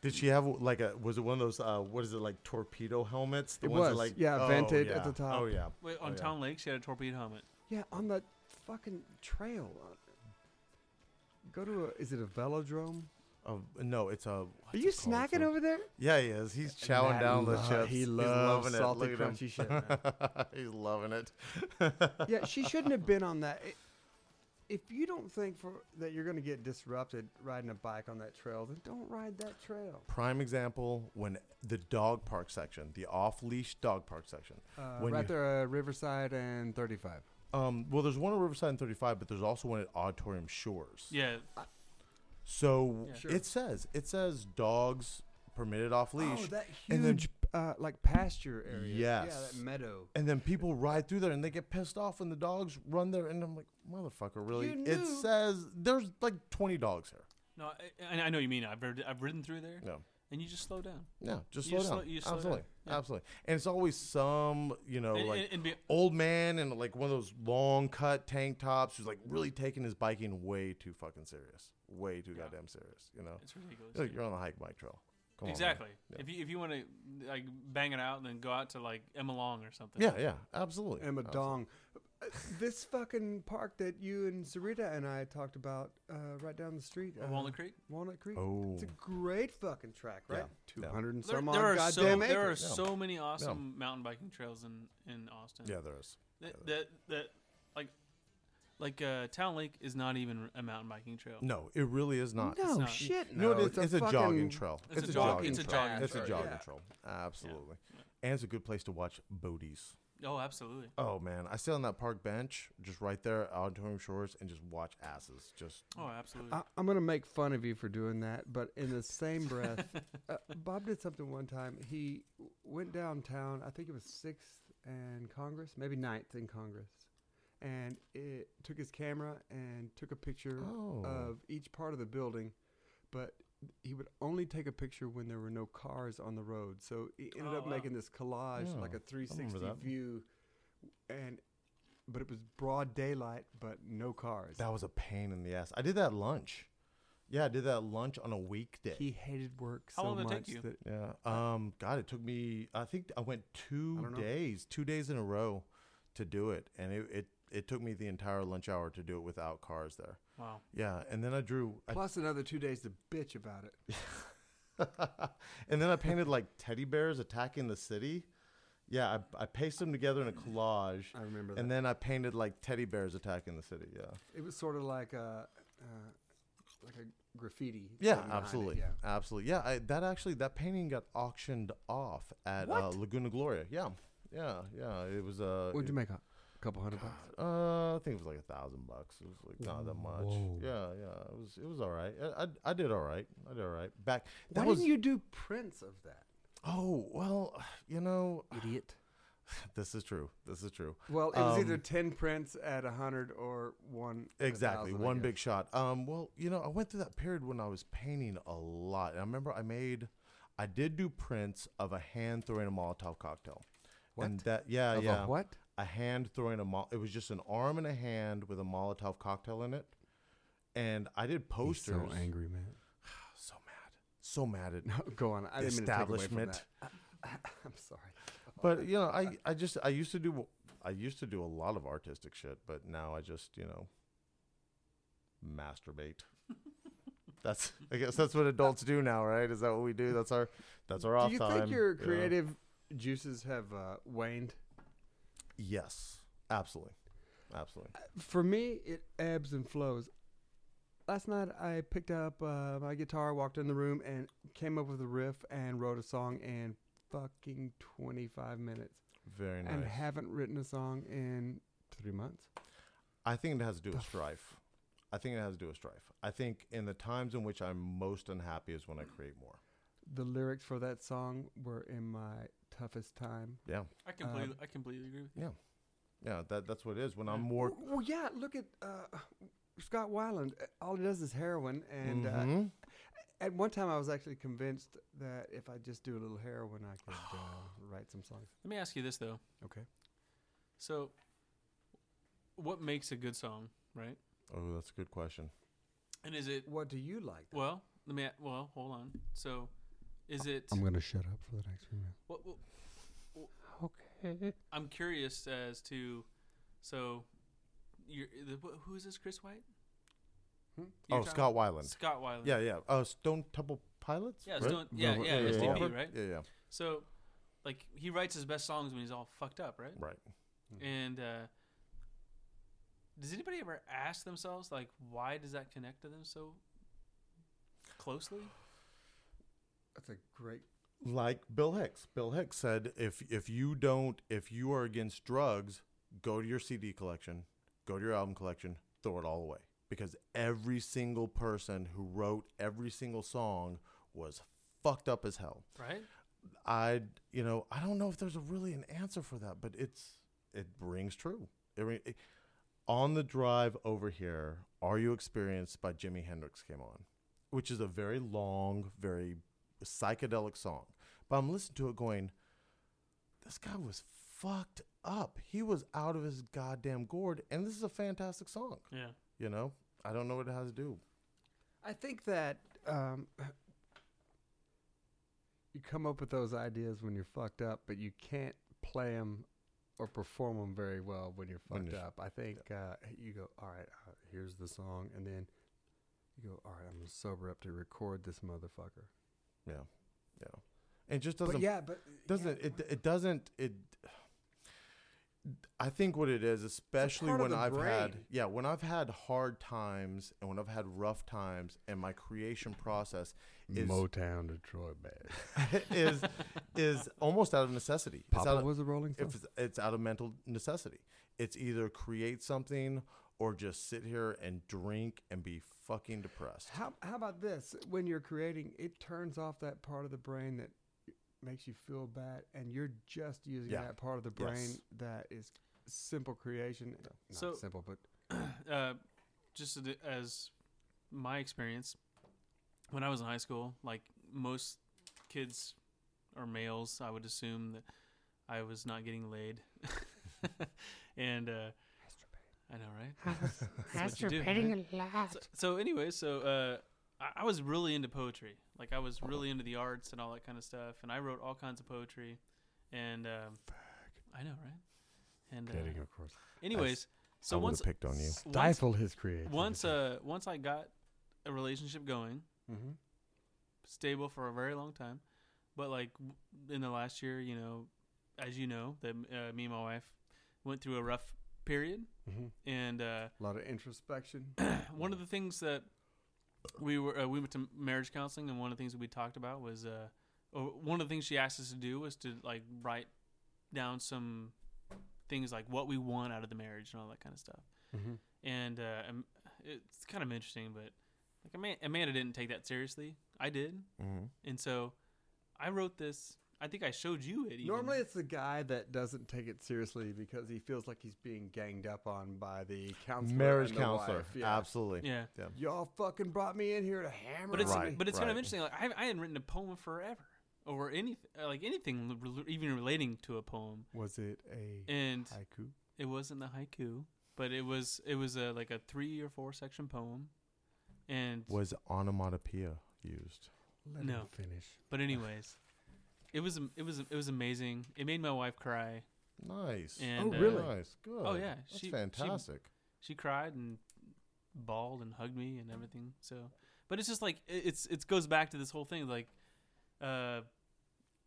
B: Did she have like a? Was it one of those? Uh, what is it like? Torpedo helmets? The
A: It
B: ones that,
A: was,
B: like
A: yeah,
B: oh,
A: vented
B: yeah.
A: at the top.
B: Oh yeah.
C: Wait,
B: Oh,
C: on
B: yeah.
C: Town Lake, she had a torpedo helmet.
A: Yeah, on the fucking trail. Uh, Go to a. Is it a velodrome?
B: Oh, no, it's a.
A: Are you snacking over there?
B: Yeah, he is. He's chowing
A: Matt
B: down
A: lo-
B: the chips.
A: He
B: He's
A: loves
B: loving
A: salty,
B: it. Look at him.
A: crunchy shit. man.
B: He's loving it.
A: yeah, she shouldn't have been on that. I if you don't think for that you're going to get disrupted riding a bike on that trail, then don't ride that trail.
B: Prime example when the dog park section, the off-leash dog park section.
A: Uh,
B: When
A: right
B: you-
A: there, uh, Riverside and 35.
B: Um, well, there's one at Riverside and 35, but there's also one at Auditorium Shores.
C: Yeah,
B: So
C: Yeah.
A: Sure.
B: it says it says dogs permitted off leash.
A: Oh, that
B: and then-
A: huge, uh, like pasture area. Yeah,
B: Yes.
A: that meadow.
B: And then people ride through there and they get pissed off when the dogs run there. And I'm like, motherfucker, really?
A: You
B: It
A: knew-
B: says there's like 20 dogs here.
C: no, I, I- I know what you mean. I've rid- I've ridden through there,
B: No,
C: and you just slow down.
B: no, just
C: You
B: slow
C: slow-
B: down.
C: you slow down.
B: absolutely,
C: Yeah.
B: absolutely. And it's always some, you know,
C: And-
B: like
C: and- and be-
B: old man in like one of those long cut tank tops who's like really taking his biking way too fucking serious, way too
C: Yeah.
B: goddamn serious. You know,
C: It's ridiculous.
B: You're like,
C: yeah.
B: you're on the hike bike trail. Come on, man.
C: exactly.
B: Yeah.
C: If you if you want to like bang it out and then go out to like Emma Long or something.
B: Yeah, yeah, absolutely.
A: Emma
B: absolutely.
A: Dong. Uh, This fucking park that you and Sarita and I talked about uh, right down the street.
C: Or
A: uh,
C: Oh, Walnut Creek.
A: Walnut Creek.
B: Oh,
A: It's a great fucking track, right?
B: Yeah.
A: 200 and
C: There,
A: some
C: there
A: odd
C: are so
A: goddamn acres.
C: there are
B: Yeah.
C: so many awesome mountain biking trails in in Austin.
B: yeah, there is.
C: That
B: yeah,
C: that, that like like uh, Town Lake is not even a mountain biking trail.
B: No, it really is not.
A: No,
C: not.
A: shit.
B: No,
A: No,
B: it is, it's, a, jogging
A: fucking-
B: trail.
C: It's a jog- it's a jogging
B: It's a
C: trail,
B: jogging
A: yeah.
B: trail. Absolutely. And it's a good place to watch boaties.
C: Oh, absolutely.
B: Oh man, I sit on that park bench just right there at Auditorium Shores and just watch asses. Just
C: Oh, absolutely.
A: I, I'm gonna make fun of you for doing that, but in the same breath, uh, Bob did something one time. He w- went downtown. I think it was Sixth and Congress, maybe Ninth and Congress, and it took his camera and took a picture
B: oh,
A: of each part of the building, but he would only take a picture when there were no cars on the road. So he ended
C: Oh,
A: up
C: wow.
A: making this collage, like
B: Yeah,
A: a 360
B: that.
A: view, and but it was broad daylight, but no cars.
B: that was a pain in the ass. I did that at lunch. Yeah, I did that at lunch on a weekday.
A: He hated work
C: How
A: so
C: long did it
A: much
C: take you?
A: that
B: yeah. Um. God, it took me. I think I went two
A: don't know.
B: days, two days in a row, to do it, and it it, it took me the entire lunch hour to do it without cars there.
C: wow.
B: Yeah, and then I drew. I
A: plus another two days to bitch about it.
B: and then I painted like teddy bears attacking the city. Yeah, I, I pasted them together in a collage,
A: I remember that.
B: and then I painted like teddy bears attacking the city. Yeah,
A: it was sort of like a uh, like a graffiti. thing
B: yeah,
A: behind it,
B: absolutely,
A: yeah.
B: absolutely. Yeah, I, that actually that painting got auctioned off at uh, Laguna Gloria. Yeah, yeah, yeah. It was uh,
A: What'd you
B: it-
A: make up? A couple hundred bucks.
B: Uh, I think it was like a thousand bucks. It was like not that much.
A: Whoa.
B: Yeah, yeah. It was it was all right. I, I, I did all right. I did all right. Back that
A: Why
B: was
A: didn't you do prints of that,
B: oh well, you know
A: idiot?
B: this is true. This is true.
A: Well, it was either
B: Um,
A: ten prints at a hundred or one. at a
B: Exactly,
A: thousand, I
B: one
A: guess.
B: big shot. Um, well, you know, I went through that period when I was painting a lot. And I remember I made, I did do prints of a hand throwing a Molotov cocktail. And
A: What?
B: that, yeah,
A: Of a
B: yeah.
A: what?
B: A hand throwing a mol. It was just an arm and a hand with a Molotov cocktail in it. And I did
A: He's
B: posters.
A: so angry, man.
B: So mad. So mad at
A: No, go on. I
B: the
A: didn't mean to take away from
B: establishment.
A: that. I'm sorry.
B: But you know, I I just I used to do I used to do a lot of artistic shit, but now I just you know masturbate. That's I guess that's what adults do now, right? Is that what we do? That's our that's our off
A: do you
B: time.
A: think your
B: Yeah.
A: creative juices have uh, waned?
B: Yes, absolutely, absolutely.
A: For me, it ebbs and flows. Last night, I picked up uh, my guitar, walked in the room, and came up with a riff and wrote a song in fucking 25 minutes,
B: Very nice.
A: and haven't written a song in three months.
B: I think it has to do
A: The
B: with
A: f-
B: strife. I think it has to do with strife. I think in the times in which I'm most unhappy is when I create more.
A: The lyrics for that song were in my toughest time.
B: Yeah,
C: I completely,
A: uh,
C: I completely agree with you.
B: yeah. That that's what it is. When I'm
C: Yeah.
B: more
A: Well, well, yeah. Look at uh, Scott Weiland. uh, All he does is heroin, and uh,
B: Mhm.
A: At one time, I was actually convinced that if I just do a little heroin, I could uh, write some songs.
C: Let me ask you this though.
A: Okay.
C: So, what makes a good song, right?
B: oh, that's a good question.
C: And is it
A: What do you like?
C: well? Let me. a- Well, hold on. So, is it?
A: going to shut up for the next few minutes.
C: What, what,
A: Okay.
C: I'm curious as to. So, you're, the, wh- who is this? Chris White?
A: Hmm?
C: You're
B: oh,
C: talking-
B: Scott Weiland.
C: Scott Weiland.
B: Yeah, yeah. Uh, Stone Temple Pilots.
C: Yeah,
B: right?
C: Stone, yeah,
A: Velvet
C: yeah,
A: Revolver.
C: SDP,
B: Revolver?
C: right?
B: Yeah, yeah.
C: So, like, he writes his best songs when he's all fucked up, right?
B: Right. Mm-hmm.
C: And uh, does anybody ever ask themselves, like, why does that connect to them so closely?
A: That's a great.
B: Like Bill Hicks. Bill Hicks said, if if you don't, if you are against drugs, go to your CD collection, go to your album collection, throw it all away, because every single person who wrote every single song was fucked up as hell.
C: Right?
B: I, you know, I don't know if there's a really an answer for that, but it's it rings true. It, ring- it- on the drive over here, "Are You Experienced" by Jimi Hendrix came on, which is a very long, very psychedelic song. But I'm listening to it, going, "This guy was fucked up. He was out of his goddamn gourd." And this is a fantastic song.
C: Yeah.
B: You know, I don't know what it has to do.
A: I think that um, you come up with those ideas when you're fucked up, but you can't play them or perform them very well when you're
B: When
A: fucked
B: you're-
A: up. I think uh, you go, all right, uh, here's the song, and then you go, all right, I'm gonna sober up to record this motherfucker.
B: Yeah, yeah. It just doesn't
A: But yeah, but
B: doesn't
A: yeah,
B: it it doesn't it i think what it is especially
A: part of
B: when
A: the
B: i've had
A: brain.
B: yeah when i've had hard times and when i've had rough times and my creation process is
A: Motown Detroit band.
B: is is almost out of necessity It's out
A: Papa
B: of-
A: was a Rolling Stone.
B: if it's, it's out of mental necessity it's either create something or just sit here and drink and be fucking depressed
A: How how about this? When you're creating, it turns off that part of the brain that makes you feel bad, and you're just using
B: Yeah.
A: that part of the brain
B: Yes.
A: that is simple creation. Not
C: So-
A: simple, but
C: uh, just as- as my experience, when I was in high school, like most kids or males, I would assume that I was not getting laid. and uh, I know, right? That's what you do,
D: Masturbating a lot.
C: So, so anyway, so uh, I, I was really into poetry. Like I was really into the arts and all that kind of stuff, and I wrote all kinds of poetry. And um, I know, right? And uh,
A: of course,
C: anyways, so
B: I would've
C: once
B: picked on you.
C: once-
A: stifle his creativity.
C: once uh once I got a relationship going,
A: Mhm.
C: stable for a very long time, but like w- in the last year, you know, as you know, that uh, me and my wife went through a rough period,
A: Mhm.
C: and uh,
A: a lot of introspection.
C: one of the things that we were uh, we went to marriage counseling, and one of the things that we talked about was uh, oh, one of the things she asked us to do was to like write down some things like what we want out of the marriage and all that kind of stuff.
A: Mm-hmm.
C: And uh, um, it's kind of interesting, but like Ama- Amanda didn't take that seriously. I did,
B: Mm-hmm.
C: and so I wrote this. I think I showed you it. Even.
A: Normally, it's the guy that doesn't take it seriously because he feels like he's being ganged up on by the counselor.
B: Marriage
A: and the
B: counselor.
A: Wife. Yeah.
B: Absolutely.
C: yeah.
A: Y'all fucking brought me in here to hammer
C: But it's
A: me.
B: Right,
C: but it's kind of
B: right.
C: interesting. Like I, I hadn't written a poem forever or anything like anything rel- even relating to a poem,
A: Was it a
C: and
A: haiku?
C: it wasn't the haiku, but it was it was a like a three or four section poem, and
B: Was onomatopoeia used?
A: Let
C: No.
A: him finish.
C: but anyways, it was am- it was it was amazing. It made my wife cry.
B: Nice.
C: And, uh,
A: Oh, really?
B: Nice. Good.
C: Oh, yeah,
B: That's
C: she- she-
B: fantastic.
C: She cried and bawled and hugged me and everything. So, but it's just like it- it's it goes back to this whole thing like, uh,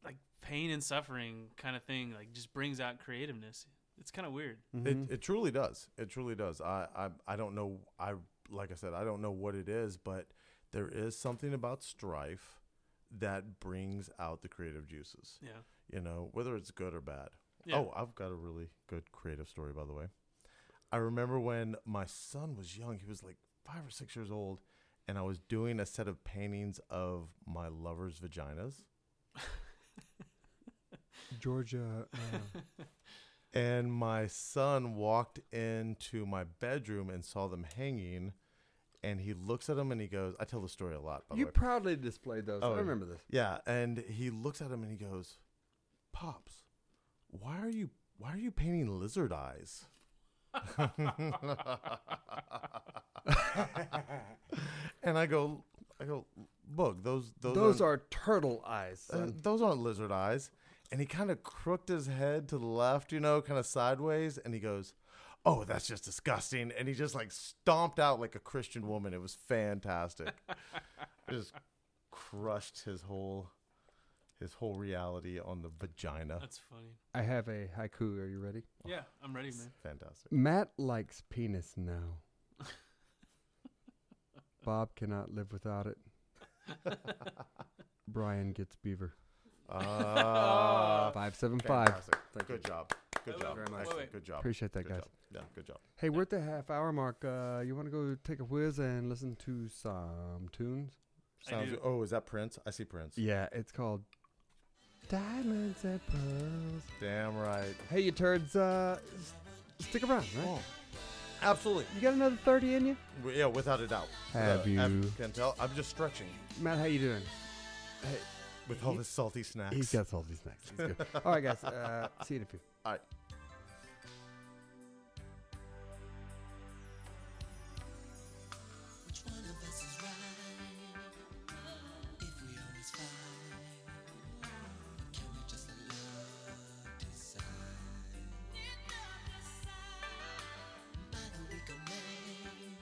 C: like pain and suffering kind of thing. Like just brings out creativeness. It's kind of weird.
A: Mm-hmm.
B: It, it truly does. It truly does. I, I I don't know. I like I said, I don't know what it is, but there is something about strife that brings out the creative juices.
C: Yeah.
B: You know, whether it's good or bad.
C: Yeah.
B: Oh, I've got a really good creative story, by the way. I remember when my son was young. He was like five or six years old, and I was doing a set of paintings of my lovers' vaginas.
A: Georgia. uh,
B: And my son walked into my bedroom and saw them hanging, and he looks at them and he goes, "I tell the story a lot, by
A: you
B: the way."
A: proudly displayed those.
B: Oh,
A: I remember this.
B: yeah, and he looks at him and he goes, "Pops, why are you why are you painting lizard eyes?" and I go, I go, look, those those
A: Those
B: aren't-
A: are turtle eyes.
B: uh,
A: son.
B: those aren't lizard eyes. And he kind of crooked his head to the left, you know, kind of sideways, and he goes, Oh, that's just disgusting. And he just like stomped out like a Christian woman. It was fantastic. just crushed his whole his whole reality on the vagina.
C: That's funny.
A: I have a haiku. Are you ready?
C: Yeah, I'm ready, man.
B: Fantastic.
A: Matt likes penis now. Bob cannot live without it. Brian gets beaver.
B: Uh,
A: Five seven five.
B: fantastic.
A: Thank
B: Good
A: you.
B: job. Good
C: Well,
B: job.
A: very much.
B: Excellent. Good job.
A: Appreciate that,
B: Good
A: guys.
B: job. Yeah, good job.
A: Hey, we're at the half hour mark. Uh, you want to go take a whiz and listen to some tunes?
C: I
B: Sounds
C: do.
B: good. Oh, is that Prince? I see Prince.
A: Yeah, it's called Diamonds and Pearls.
B: Damn right.
A: Hey, you turds, uh, s- stick around, right?
B: Absolutely.
A: You got another 30 in you?
B: W- Yeah, without a doubt.
A: Have
B: Without a- I
A: you?
B: Can tell. I'm just stretching
A: Uh, Matt, how you doing?
B: with all
A: He-
B: this salty snacks.
A: He gets all these snacks. He's good. all right, guys. Uh, see you in a few.
B: all right.
D: Which one of us is right? If we always fight, can we just let love decide? Mind that we can make,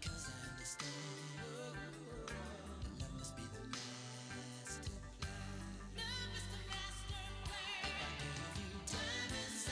D: 'cause I understand that love must be the master plan. If I gave you diamonds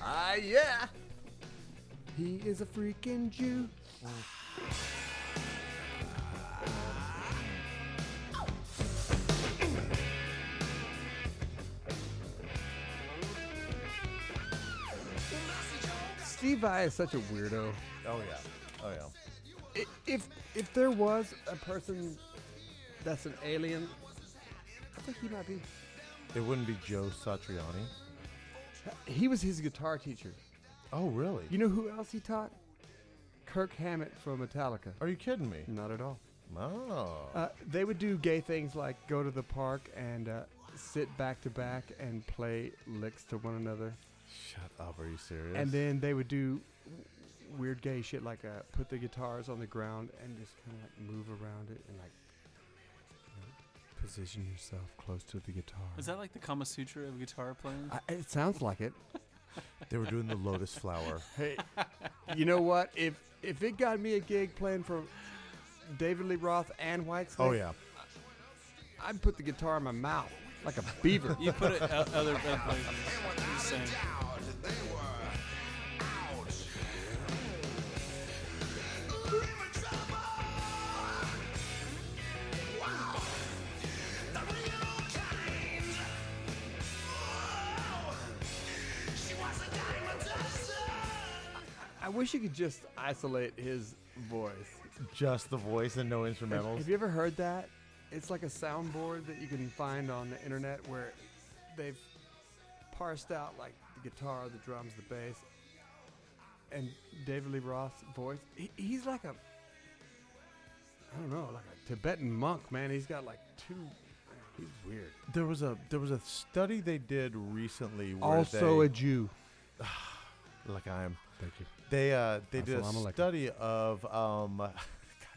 B: Ah, yeah.
A: He is a freaking Jew. Steve I is such a weirdo.
B: Oh yeah. Oh yeah.
A: I- If if there was a person that's an alien, I think he might be.
B: It wouldn't be Joe Satriani.
A: He was his guitar teacher.
B: Oh really?
A: You know who else he taught? Kirk Hammett from Metallica.
B: Are you kidding me?
A: Not at all.
B: Oh.
A: Uh, they would do gay things like go to the park and uh, sit back to back and play licks to one another.
B: Shut up. Are you serious?
A: And then they would do weird gay shit like uh, put the guitars on the ground and just kind of like move around it and like you know, position yourself close to the guitar.
C: Is that like the Kama Sutra of guitar playing?
A: I, it sounds like it.
B: they were doing the lotus flower.
A: Hey, you know what? If if it got me a gig playing for David Lee Roth and Whitesnake,
B: Oh yeah.
A: I'd put the guitar in my mouth like a beaver.
C: you put it o- other other places. I'm just saying.
A: I wish you could just isolate his voice.
B: Just the voice and no
A: Have,
B: instrumentals.
A: have you ever heard that? It's like a soundboard that you can find on the internet where they've parsed out like the guitar, the drums, the bass, and David Lee Roth's voice. He, he's like a, I don't know, like a Tibetan monk, man. He's got like two. He's weird.
B: There was a there was a study they did recently where
A: Also
B: they,
A: a Jew.
B: like I am
A: Thank you.
B: they uh they did
A: Assalamu alaikum.
B: a study of um god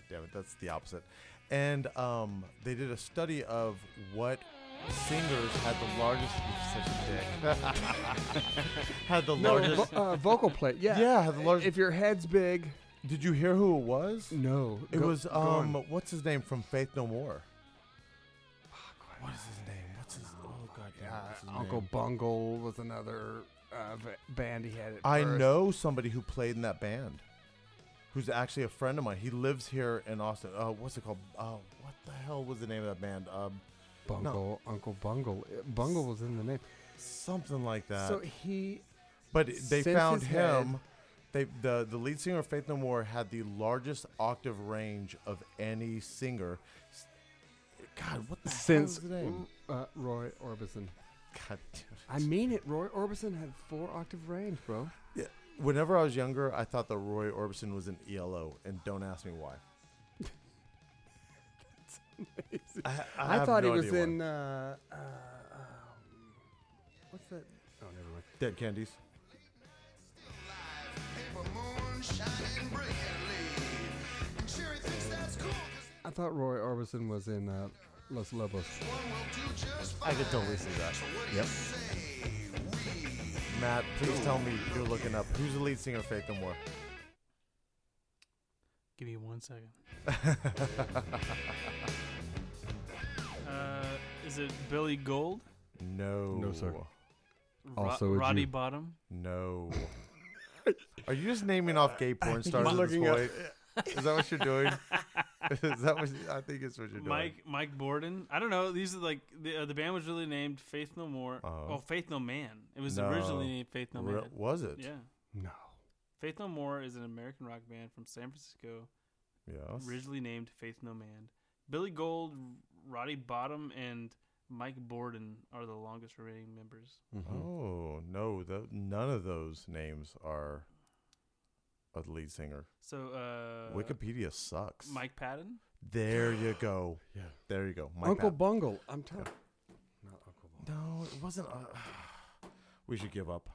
B: damn it that's the opposite and um they did a study of what singers had the largest such a dick had the
A: No,
B: largest
A: vo- uh, vocal plate. Yeah.
B: Yeah, had the largest
A: If your head's big,
B: did you hear who it was
A: no.
B: it
A: Go-
B: was
A: go on.
B: um what's his name from Faith No More what is his name what's his oh god damn it, what's his
A: Uh, Uncle
B: name?
A: Bungle was another uh, v- band he had. At
B: I
A: first.
B: know somebody who played in that band, who's actually a friend of mine. He lives here in Austin. Uh, what's it called? Uh, what the hell was the name of that band? Um,
A: Bungle, Uncle Bungle. Uh, Bungle was in the name.
B: something like that.
A: so he,
B: but they
A: since
B: found
A: his head-
B: him. They the the lead singer of Faith No More had the largest octave range of any singer. S- God, what the
A: since
B: hell is the name?
A: uh, Roy Orbison.
B: God damn
A: I
B: it.
A: mean it. Roy Orbison had four octave range, bro.
B: Whenever I was younger, I thought that Roy Orbison was an ELO, and don't ask me why. I, I,
A: I,
B: have
A: thought
B: no
A: he was
B: idea why.
A: in. Uh, uh, um, what's that? Oh, never mind.
B: Dead Candies.
A: I thought Roy Orbison was in uh, Los Lobos.
B: I could totally see that. Yep. Matt, please tell me you're looking up who's the lead singer of Faith No More.
C: Give me one second. Uh, is it Billy Gold?
B: no.
A: No, sir.
C: Ro-
A: Also a
C: Roddy
A: Jew.
C: Bottom?
B: No. Are you just naming off gay porn stars at this
A: looking up-
B: point? Is that what you're doing? Is that what I think it's what you're doing?
C: Mike Mike Borden? I don't know. These are like the uh, the band was really named Faith No More.
B: Uh-huh.
C: Oh, Faith No Man. It was
B: No.
C: originally named Faith No Man.
B: Re- was it?
C: Yeah.
A: No.
C: Faith No More is an American rock band from San Francisco,
B: Yes.
C: originally named Faith No Man. Billy Gold, Roddy Bottom, and Mike Borden are the longest remaining members.
B: Oh no, tho- none of those names are a lead singer.
C: So, uh,
B: Wikipedia sucks.
C: Mike Patton?
B: There you go.
A: Yeah.
B: There you go. Mike
A: Uncle
B: Patton.
A: Bungle. I'm telling. Not Uncle Bungle.
B: No, it wasn't. Uh, we should give up.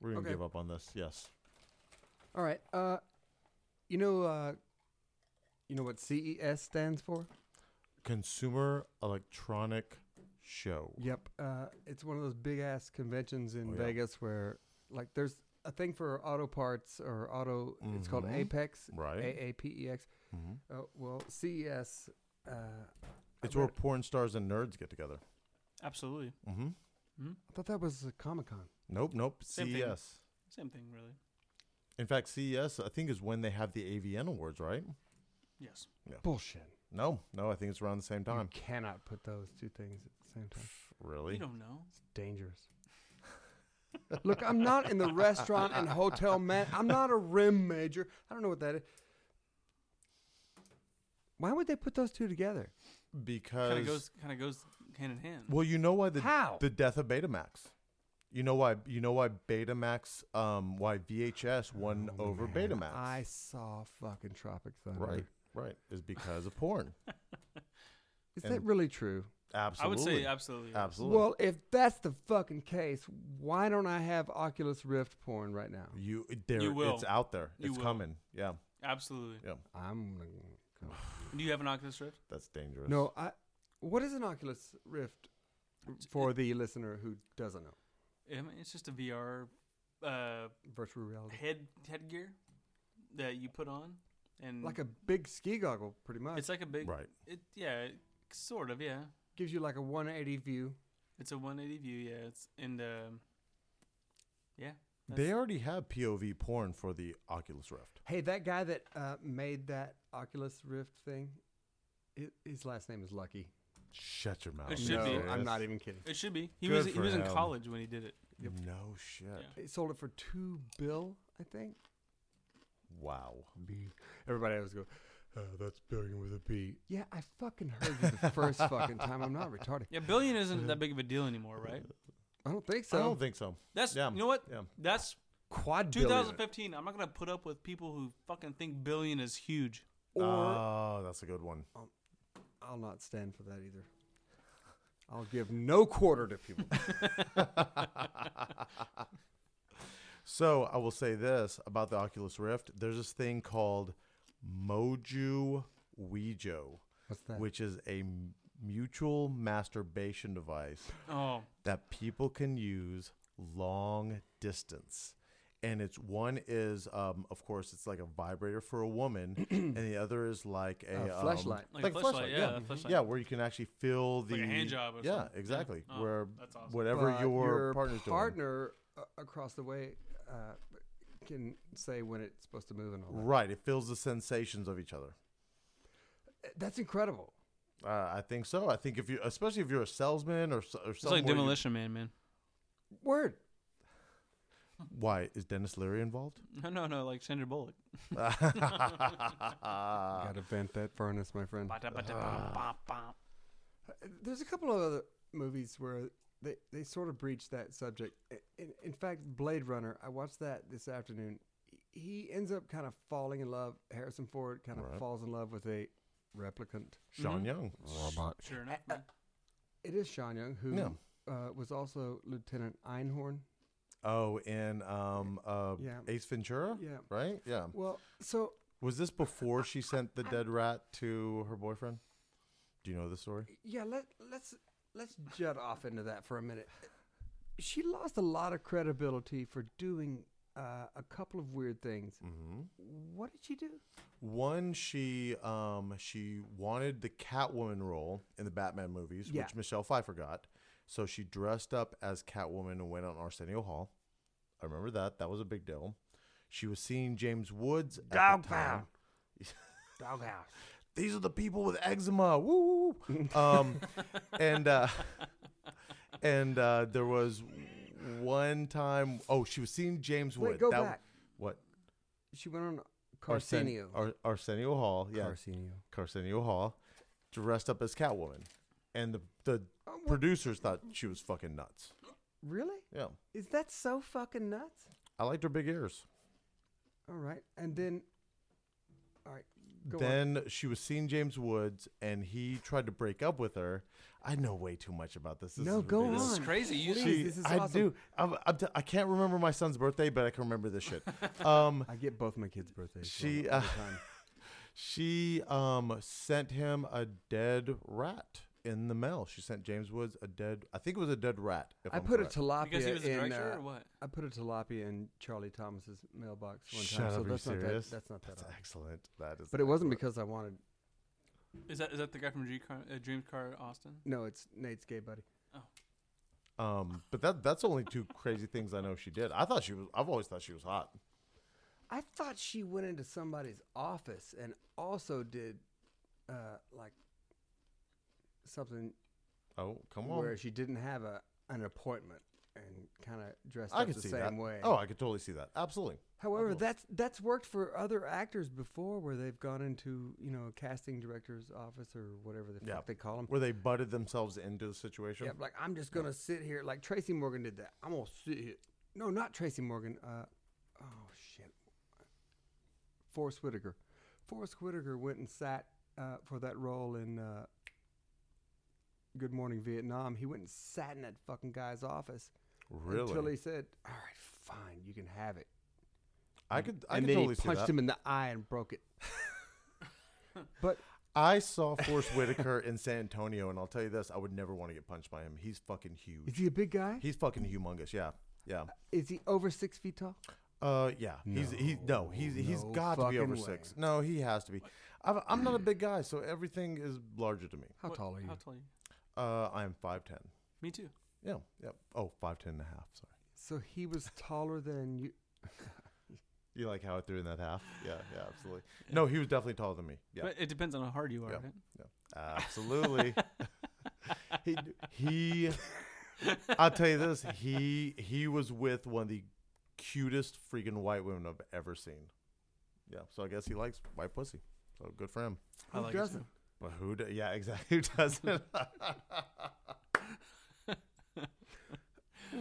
B: We're gonna
A: Okay.
B: give up on this. Yes.
A: All right. Uh, you know, uh, you know what CES stands for?
B: Consumer Electronic Show.
A: Yep. Uh, it's one of those big ass conventions in
B: Oh, yeah.
A: Vegas where, like, there's a thing for auto parts or auto. It's called
B: Mhm.
A: Apex.
B: Right.
A: A A P E X.
B: hmm
A: Uh, well, CES. Uh, I
B: It's where
A: read-
B: porn stars and nerds get together.
C: Absolutely.
B: Mm-hmm.
A: I thought that was a Comic Con.
B: Nope. Nope.
C: Same thing.
B: CES.
C: Same thing, really.
B: In fact, CES I think is when they have the AVN awards, right?
C: Yes.
A: Bullshit.
B: No, no, I think it's around the same
A: You
B: time.
A: cannot put those two things at the same time.
B: Really?
C: You don't know.
A: It's dangerous. Look, I'm not in the restaurant and hotel man. I'm not a rim major. I don't know what that is. Why would they put those two together?
B: because
C: Kind of goes, kind of goes hand in hand.
B: well, you know why the
A: How?
B: the death of Betamax. You know why? You know why Betamax? Um, why VHS won
A: Oh,
B: over
A: man,
B: Betamax?
A: I saw fucking Tropic Thunder.
B: right, right, is because of porn.
A: Is
B: And-
A: that really true?
C: I would
B: Absolutely,
C: say absolutely. yes.
B: absolutely.
A: Well, if that's the fucking case, why don't I have Oculus Rift porn right now?
B: you there,
C: You will.
B: it's out there.
C: You
B: it's
C: will.
B: coming. Yeah,
C: absolutely.
A: I'm
C: Do you have an Oculus Rift?
B: that's dangerous.
A: no. I. What is an Oculus Rift for the listener who doesn't know?
C: I mean, it's just a VR uh,
A: Virtual reality.
C: head headgear that you put on, and
A: like a big ski goggle, pretty much.
C: Mm. it's like a big
B: right.
C: It yeah, it- sort of yeah.
A: gives you like a 180 view.
C: It's a 180 view. Yeah, it's in the yeah.
B: They already have POV porn for the Oculus Rift.
A: Hey, that guy that uh, made that Oculus Rift thing, i his last name is Lucky.
B: Shut your mouth.
C: It should
A: no,
C: be.
A: I'm
B: serious?
A: not even kidding.
C: It should be. He
B: Good
C: was he
B: for
C: was in
B: him.
C: college when he did it.
A: Yep.
B: No shit.
C: Yeah.
A: He sold it for two bill, I think.
B: Wow.
A: B. Everybody always goes, uh, that's billion with a B. Yeah, I fucking heard you the first fucking time. I'm not retarded.
C: Yeah, billion isn't that big of a deal anymore, right?
A: I don't think
B: I
A: so.
C: Oh,
B: don't think so.
C: That's
B: Yeah.
C: you know what?
B: Yeah.
C: That's
A: Quad billion.
C: 2015. I'm not gonna put up with people who fucking think billion is huge.
A: Or
C: Uh,
B: oh, that's a good one.
A: I'll not stand for that either. I'll give no quarter to people.
B: So I will say this about the Oculus Rift. There's this thing called Moju Weijo,
A: What's that?
B: which is a m- mutual masturbation device
C: Oh,
B: that people can use long distance. And it's one is, um, of course, it's like a vibrator for a woman, and the other is like a,
A: A
B: um,
A: fleshlight.
C: like, a flashlight. Yeah, a fleshlight.
B: yeah, where you can actually feel the
C: Like a hand job or
B: yeah,
C: something. Yeah.
B: exactly.
C: Oh,
B: where
C: that's awesome.
B: whatever
A: But
B: your, partner's doing.
A: partner a- across the way uh, can say when it's supposed to move and all that.
B: Right, it feels the sensations of each other.
A: That's incredible.
B: Uh, I think so. I think if you, especially if you're a salesman or s- or
C: It's like
B: somewhere you-
C: Demolition Man, man.
A: Word.
B: why is Dennis Leary involved?
C: No, no, no, like Sandra Bullock.
A: Got to vent that furnace, my friend.
C: Ba da ba da
A: Uh,
C: bum, bum, bum.
A: There's a couple of other movies where they, they sort of breach that subject. I- In, in fact, Blade Runner, I watched that this afternoon. He ends up kind of falling in love. Harrison Ford kind of
B: Right.
A: falls in love with a replicant.
B: Sean
C: Mhm.
B: Young.
A: Robot.
C: Sure enough, man.
A: It is Sean Young, who
B: Yeah.
A: uh, was also Lieutenant Einhorn.
B: Oh, in um uh
A: Yeah.
B: Ace Ventura.
A: Yeah.
B: Right. Yeah.
A: Well, so
B: Was this before she sent the dead rat to her boyfriend? Do you know this story?
A: yeah let let's let's jut off into that for a minute she lost a lot of credibility for doing uh, a couple of weird things
B: Mm-hmm.
A: what did she do
B: One, she um she wanted the Catwoman role in the Batman movies,
A: Yeah.
B: which Michelle Pfeiffer got. So she dressed up as Catwoman and went on Arsenio Hall. I remember that. That was a big deal. She was seeing James Woods at the time.
A: doghouse
B: These are the people with eczema. Woo! woo, woo. um, and uh, and uh, there was one time. Oh, she was seeing James
A: Wait,
B: Woods.
A: go
B: That-
A: back.
B: What?
A: she went on
B: Arsen-
A: Carsenio.
B: Ar- Arsenio Hall. Yeah,
A: Carsenio.
B: Carsenio Hall dressed up as Catwoman, and the the
A: Oh, what?
B: producers thought she was fucking nuts.
A: really
B: Yeah,
A: is that so fucking nuts
B: I liked her big ears.
A: all right and then all right go on.
B: then she was seeing James Woods, and he tried to break up with her. I know way too much about this. this
A: No,
B: is
A: go
B: ridiculous.
C: this is
A: on.
C: crazy. You
A: Please,
B: She-
A: this is
B: I
A: awesome.
B: do. I'm, I'm t- I can't remember my son's birthday, but I can remember this shit. Um,
A: i get both my kids birthdays
B: She,
A: wrong all the
B: uh,
A: time.
B: she um, sent him a dead rat in the mail. She sent James Woods a dead. I think it was a dead rat. If
A: i
B: I'm
A: put a
B: correct.
A: tilapia
C: because he was a
A: in
C: director
A: uh,
C: or what?
A: I put a tilapia in Charlie Thomas's mailbox one
B: Shut
A: time.
B: up,
A: so
B: are
A: that's not
B: you
A: that,
B: serious?
A: that's not that.
B: That's
A: odd.
B: excellent. That is.
A: uh, But it wasn't
B: excellent.
A: because I wanted.
C: Is that is that the guy from Dream Car, uh, Dream Car Austin?
A: No, it's Nate's gay buddy.
B: Um, but that that's only two crazy things I know she did. I thought she was. I've always thought she was hot.
A: I thought she went into somebody's office and also did uh, like something
B: Oh come
A: where
B: on!
A: she didn't have a an appointment and kind of dressed
B: I
A: up
B: could
A: the
B: see
A: same
B: that.
A: way.
B: Oh, I could totally see that. Absolutely.
A: However,
B: Absolutely.
A: that's that's worked for other actors before, where they've gone into you know a casting director's office or whatever the
B: Yeah.
A: fuck they call them.
B: Where they butted themselves into the situation.
A: Yeah, like I'm just gonna sit here, like Tracy Morgan did that. I'm gonna sit here. No, not Tracy Morgan. Uh, oh shit, Forrest Whitaker. Forrest Whitaker went and sat uh, for that role in uh, Good Morning Vietnam. He went and sat in that fucking guy's office
B: Really?
A: until he said, "All right, fine, you can have it."
B: I could. I
A: and
B: could
A: then
B: totally
A: he punched
B: see that.
A: him in the eye and broke it. but
B: I saw Forrest Whitaker in San Antonio, and I'll tell you this: I would never want to get punched by him. He's fucking
A: is
B: huge.
A: he a big guy?
B: He's fucking humongous. Yeah, yeah.
A: Is he over six feet tall?
B: Uh, yeah. He's he's no. He's he's
A: No
B: got to be over
A: fucking
B: six.
A: way.
B: No, he has to be. I'm, I'm not a big guy, so everything is larger to me.
A: How tall are you?
C: How tall are you?
B: Uh, I am five ten.
C: Me too.
B: Yeah, yeah. Oh, five ten and a half. Sorry.
A: so he was taller than you.
B: You like how I threw in that half? Yeah, yeah, absolutely. No, he was definitely taller than me. Yeah,
C: But it depends on how hard you are.
B: Yeah.
C: Right?
B: absolutely. he, he, I'll tell you this. He he was with one of the cutest freaking white women I've ever seen. Yeah, so I guess he likes white pussy. So good for him.
C: I
A: Who
C: like it.
A: doesn't?
B: Well, who? Do, yeah, exactly. Who doesn't?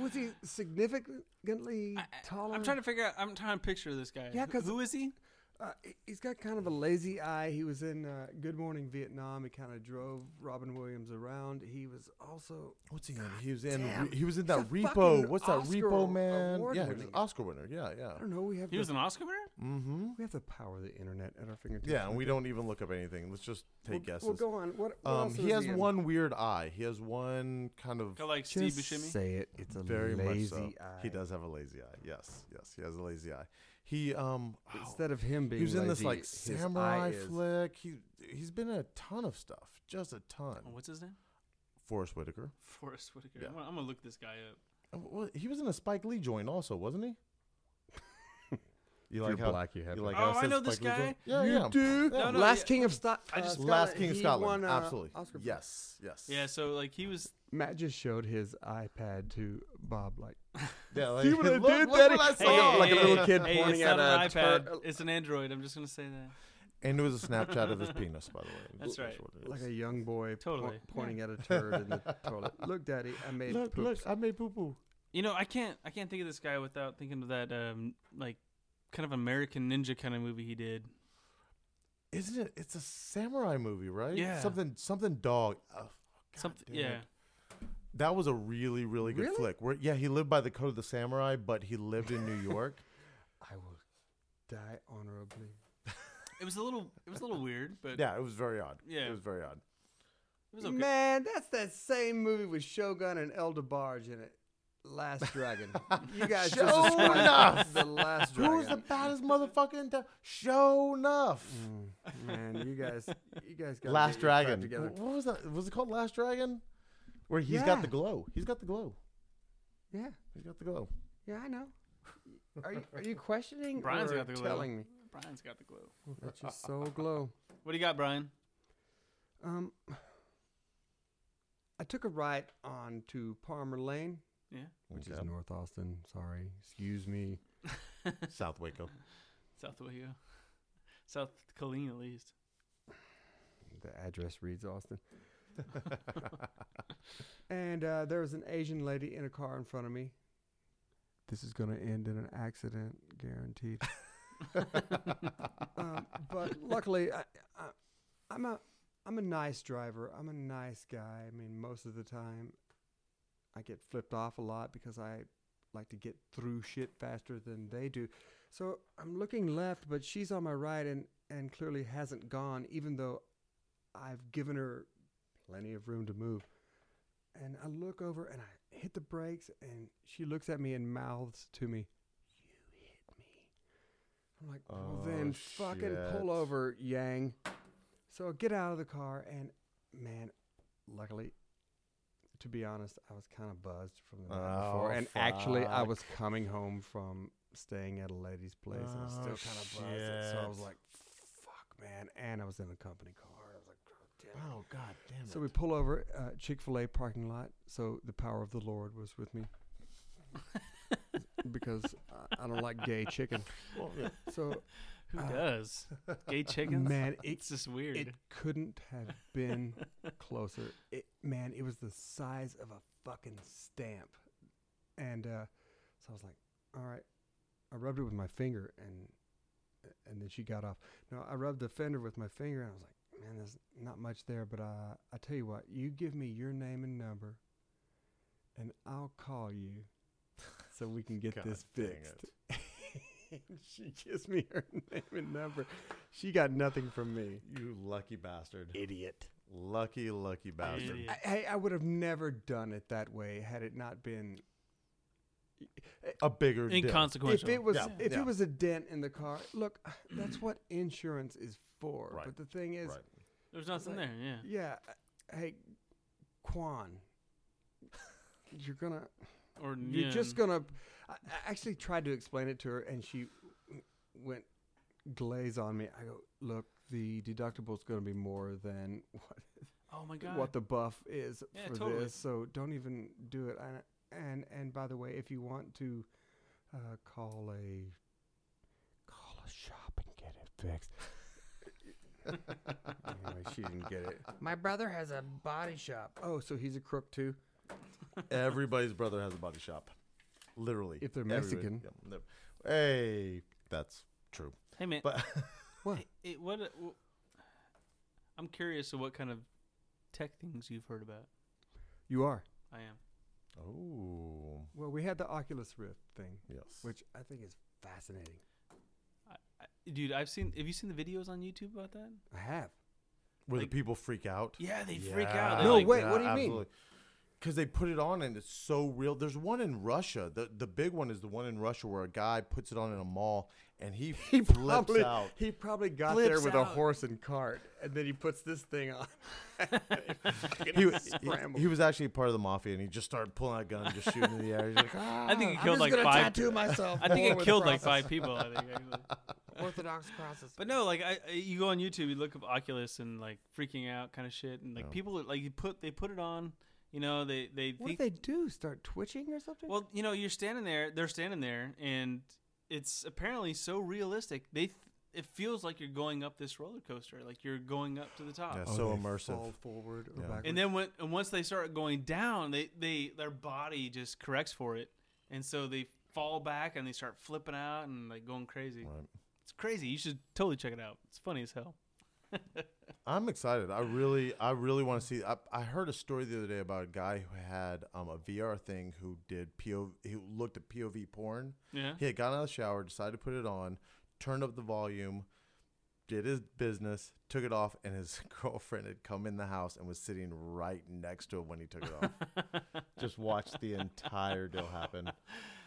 A: Was he significantly
C: I- I-
A: taller?
C: I'm trying to figure out. I'm trying to picture this guy.
A: Yeah,
C: Who-
A: 'cause-
C: who is he?
A: Uh, he- he's got kind of a lazy eye. He was in uh, Good Morning Vietnam. He kind of drove Robin Williams around. He was also
B: What's he in? He was in.
A: Damn,
B: He was in
A: he's a
B: that repo.
A: fucking
B: What's that
A: Oscar
B: repo man?
A: award
B: Yeah, he was
A: winning.
B: an Oscar winner. Yeah, yeah.
A: I don't know. We have
C: He
A: the,
C: was an Oscar winner.
B: Mm-hmm.
A: we have the power of the internet at our fingertips.
B: Yeah, and we don't even look up anything. Let's just take
A: we'll,
B: guesses.
A: Well, go on. What? what
B: um,
A: else
B: he
A: was
B: has
A: in?
B: one weird eye. He has one kind of
C: Kinda like Steve
A: Mm, Just
C: Buscemi.
A: say it. It's a
B: very
A: lazy
B: much so.
A: eye.
B: He does have a lazy eye. Yes, yes, he has a lazy eye. He um, oh,
A: Instead of him being
B: he was in this
A: lazy,
B: like
A: his
B: samurai
A: eye is-
B: flick. He he's been in a ton of stuff, just a ton.
C: Oh, what's his name?
B: Forrest Whitaker.
C: Forrest Whitaker.
B: Yeah.
C: I'm, gonna, I'm gonna look this guy up.
B: Uh, wha- He was in a Spike Lee joint also, wasn't he? You
A: If
B: like
A: you're
B: how
A: black, you have
B: you
A: to
B: like
C: be.
B: how
C: Oh, I
B: said
C: know this
B: Spike Lee joint?
C: guy.
B: Yeah,
A: You
B: yeah.
A: do.
C: No, no,
A: Last
C: yeah.
A: King of Sto-
C: I
A: uh,
C: just-
A: Scotland.
B: Last King of
A: He
B: Scotland.
A: won, uh,
B: Absolutely.
A: Oscar for that.
B: Yes. Yes.
C: Yeah. So like he was.
A: Matt just showed his iPad to Bob, like,
B: Yeah, like,
A: See what I
B: look-
A: did,
B: look
A: Daddy?
B: what I
A: Hey,
B: saw.
A: hey, Like a hey, little kid
C: hey,
A: pointing
C: it's
A: at
C: not an
A: a turd-
C: iPad. It's an Android. I'm just gonna say that.
B: And it was a Snapchat of his penis, by the way.
C: That's right.
B: what it is.
A: like a young boy po-
C: Totally.
A: pointing at a turd in the toilet. Look, Daddy, I made
B: look,
A: poops.
B: look, I made poo poo.
C: You know, I can't. I can't think of this guy without thinking of that. Um, like kind of American Ninja kind of movie he did.
B: Isn't it? It's a samurai movie, right?
C: Yeah.
B: Something, something dog. Oh, God
C: Something.
B: damn it.
C: Yeah.
B: That was a really, really good
A: Really?
B: flick. Where yeah, he lived by the code of the samurai, but he lived in New York.
A: I will die honorably.
C: It was a little. It was a little weird, but
B: yeah, it was very odd.
C: Yeah.
B: it was very odd.
C: it was okay.
A: Man, that's that same movie with Shogun and El DeBarge in it. Last Dragon. You guys just
B: Show
A: described
B: enough.
A: the Last Dragon.
B: Who's the baddest motherfucker in town? Show enough.
A: Mm, man, you guys, you guys got
B: Last Dragon.
A: together.
B: Wh- What was that? Was it called Last Dragon? Where he's got
A: Yeah.
B: the glow. He's got the glow.
A: Yeah,
B: He's got the glow.
A: yeah, I know. Are you are you questioning
C: Brian's
A: or
C: got the glow.
A: telling me?
C: Brian's got the glow.
A: That's just so glow.
C: What do you got, Brian?
A: Um, I took a ride on to Palmer Lane,
C: Yeah.
A: which
B: Okay.
A: is North Austin. Sorry, excuse me.
B: South Waco.
C: South Ohio. South Colleen, at least.
A: The address reads Austin. and uh, there was an Asian lady in a car in front of me. This is going to end in an accident, guaranteed. um, but luckily, I, I, I'm a I'm a nice driver. I'm a nice guy. I mean, most of the time, I get flipped off a lot because I like to get through shit faster than they do. So I'm looking left, but she's on my right and and clearly hasn't gone, even though I've given her plenty of room to move. And I look over and I hit the brakes, and she looks at me and mouths to me, "You hit me." I'm like, well,
B: Oh,
A: then fucking
B: shit.
A: pull over, Yang. So I get out of the car, and man, luckily, to be honest, I was kind of buzzed from the night before,
B: Oh,
A: and actually, I
B: fuck.
A: was coming home from staying at a lady's place, and I was
B: Oh,
A: still kind of buzzed. So I was
B: shit.
A: like, "Fuck, man!" And I was in a company car. I was like, "God damn it."
B: Oh god damn it.
A: So we pull over uh, Chick Fil A parking lot. So the power of the Lord was with me because I, I don't like gay chicken.
B: Well, yeah.
A: So
C: Who
A: Uh,
C: does? Gay chickens?
A: man,
C: it's
A: it's
C: just weird.
A: it couldn't have been closer. It, man, it was the size of a fucking stamp. And uh, so I was like, all right. I rubbed it with my finger and and then she got off. No, I rubbed the fender with my finger and I was like, man, there's not much there, but uh, I tell you what, you give me your name and number and I'll call you so we can get
B: God
A: this
B: dang
A: fixed. she gives me her name and number. She got nothing from me.
B: You lucky bastard.
A: Idiot.
B: Lucky, lucky bastard.
C: Idiot.
A: I, hey, I would have never done it that way had it not been.
B: A bigger dick.
C: Inconsequential.
A: If it was,
B: Yeah,
A: if
B: yeah.
A: it was a dent in the car, look, that's what insurance is for.
B: Right,
A: But the thing is,
B: Right.
C: There's nothing
A: like-
C: there, yeah.
A: yeah, uh, hey, Quan, you're gonna,
C: Or
A: you're just
C: Nguyen.
A: gonna. I I actually tried to explain it to her, and she went glaze on me. I go, look, the deductible's gonna be more than what
C: Oh my god.
A: what the buff is
C: Yeah,
A: for
C: totally.
A: this. So don't even do it. And and and by the way, if you want to uh, call a call a shop and get it fixed. anyway, she didn't get it. My brother has a body shop. Oh, so he's a crook too.
B: Everybody's brother has a body shop. Literally.
A: If they're
B: Everybody-
A: Mexican. Eh.
B: yep, yep. Hey, that's true.
C: hey man.
B: But
A: What?
C: It, what, uh, wh- I'm curious of what kind of tech things you've heard about.
A: You are.
C: I am.
B: oh,
A: Well, we had the Oculus Rift thing,
B: yes.
A: which I think is fascinating.
C: I, I, dude, I've seen. Have you seen the videos on YouTube about that?
A: I have.
B: Where
C: like-
B: the people freak out.
C: Yeah, they freak out. They
A: No,
C: like,
A: wait, what do you mean?
B: Because they put it on and it's so real. There's one in Russia. The the big one is the one in Russia where a guy puts it on in a mall and he,
A: He
B: flips
A: probably
B: out.
A: he probably got
C: Flips
A: there with a
C: out.
A: horse and cart, and then he puts this thing on.
B: He, was- he,
A: Scramble.
B: he was actually part of the mafia and he just started pulling out guns, just shooting in the air. He's like, "Ah."
C: I think it
A: Uh, I'm
C: killed
A: just
C: like
A: gonna
C: five.
A: tattoo myself.
C: I think
A: more
C: it
A: with
C: killed like
A: crosses.
C: five people. I think. actually.
D: Orthodox crosses.
C: But no, like I, I- you go on YouTube, you look up Oculus and like freaking out kind of shit, and like
B: Yeah.
C: people are, like you put they put it on, you know, they they
A: What do
C: think
A: they do? Start twitching or something?
C: well, you know, you're standing there, they're standing there, and it's apparently so realistic. They th- it feels like you're going up this roller coaster, like you're going up to the top.
B: Yes. so immersive.
A: Oh, Fall forward or
B: Yeah.
A: backwards.
C: And then when and once they start going down, they they their body just corrects for it, and so they fall back and they start flipping out and like going crazy.
B: Right.
C: It's crazy. You should totally check it out. It's funny as hell.
B: I'm excited. I really, I really want to see. I, I heard a story the other day about a guy who had um, a VR thing who did POV, who looked at POV porn.
C: Yeah.
B: He had gotten out of the shower, decided to put it on, turned up the volume, did his business, took it off, and his girlfriend had come in the house and was sitting right next to him when he took it off. Just watched the entire deal happen.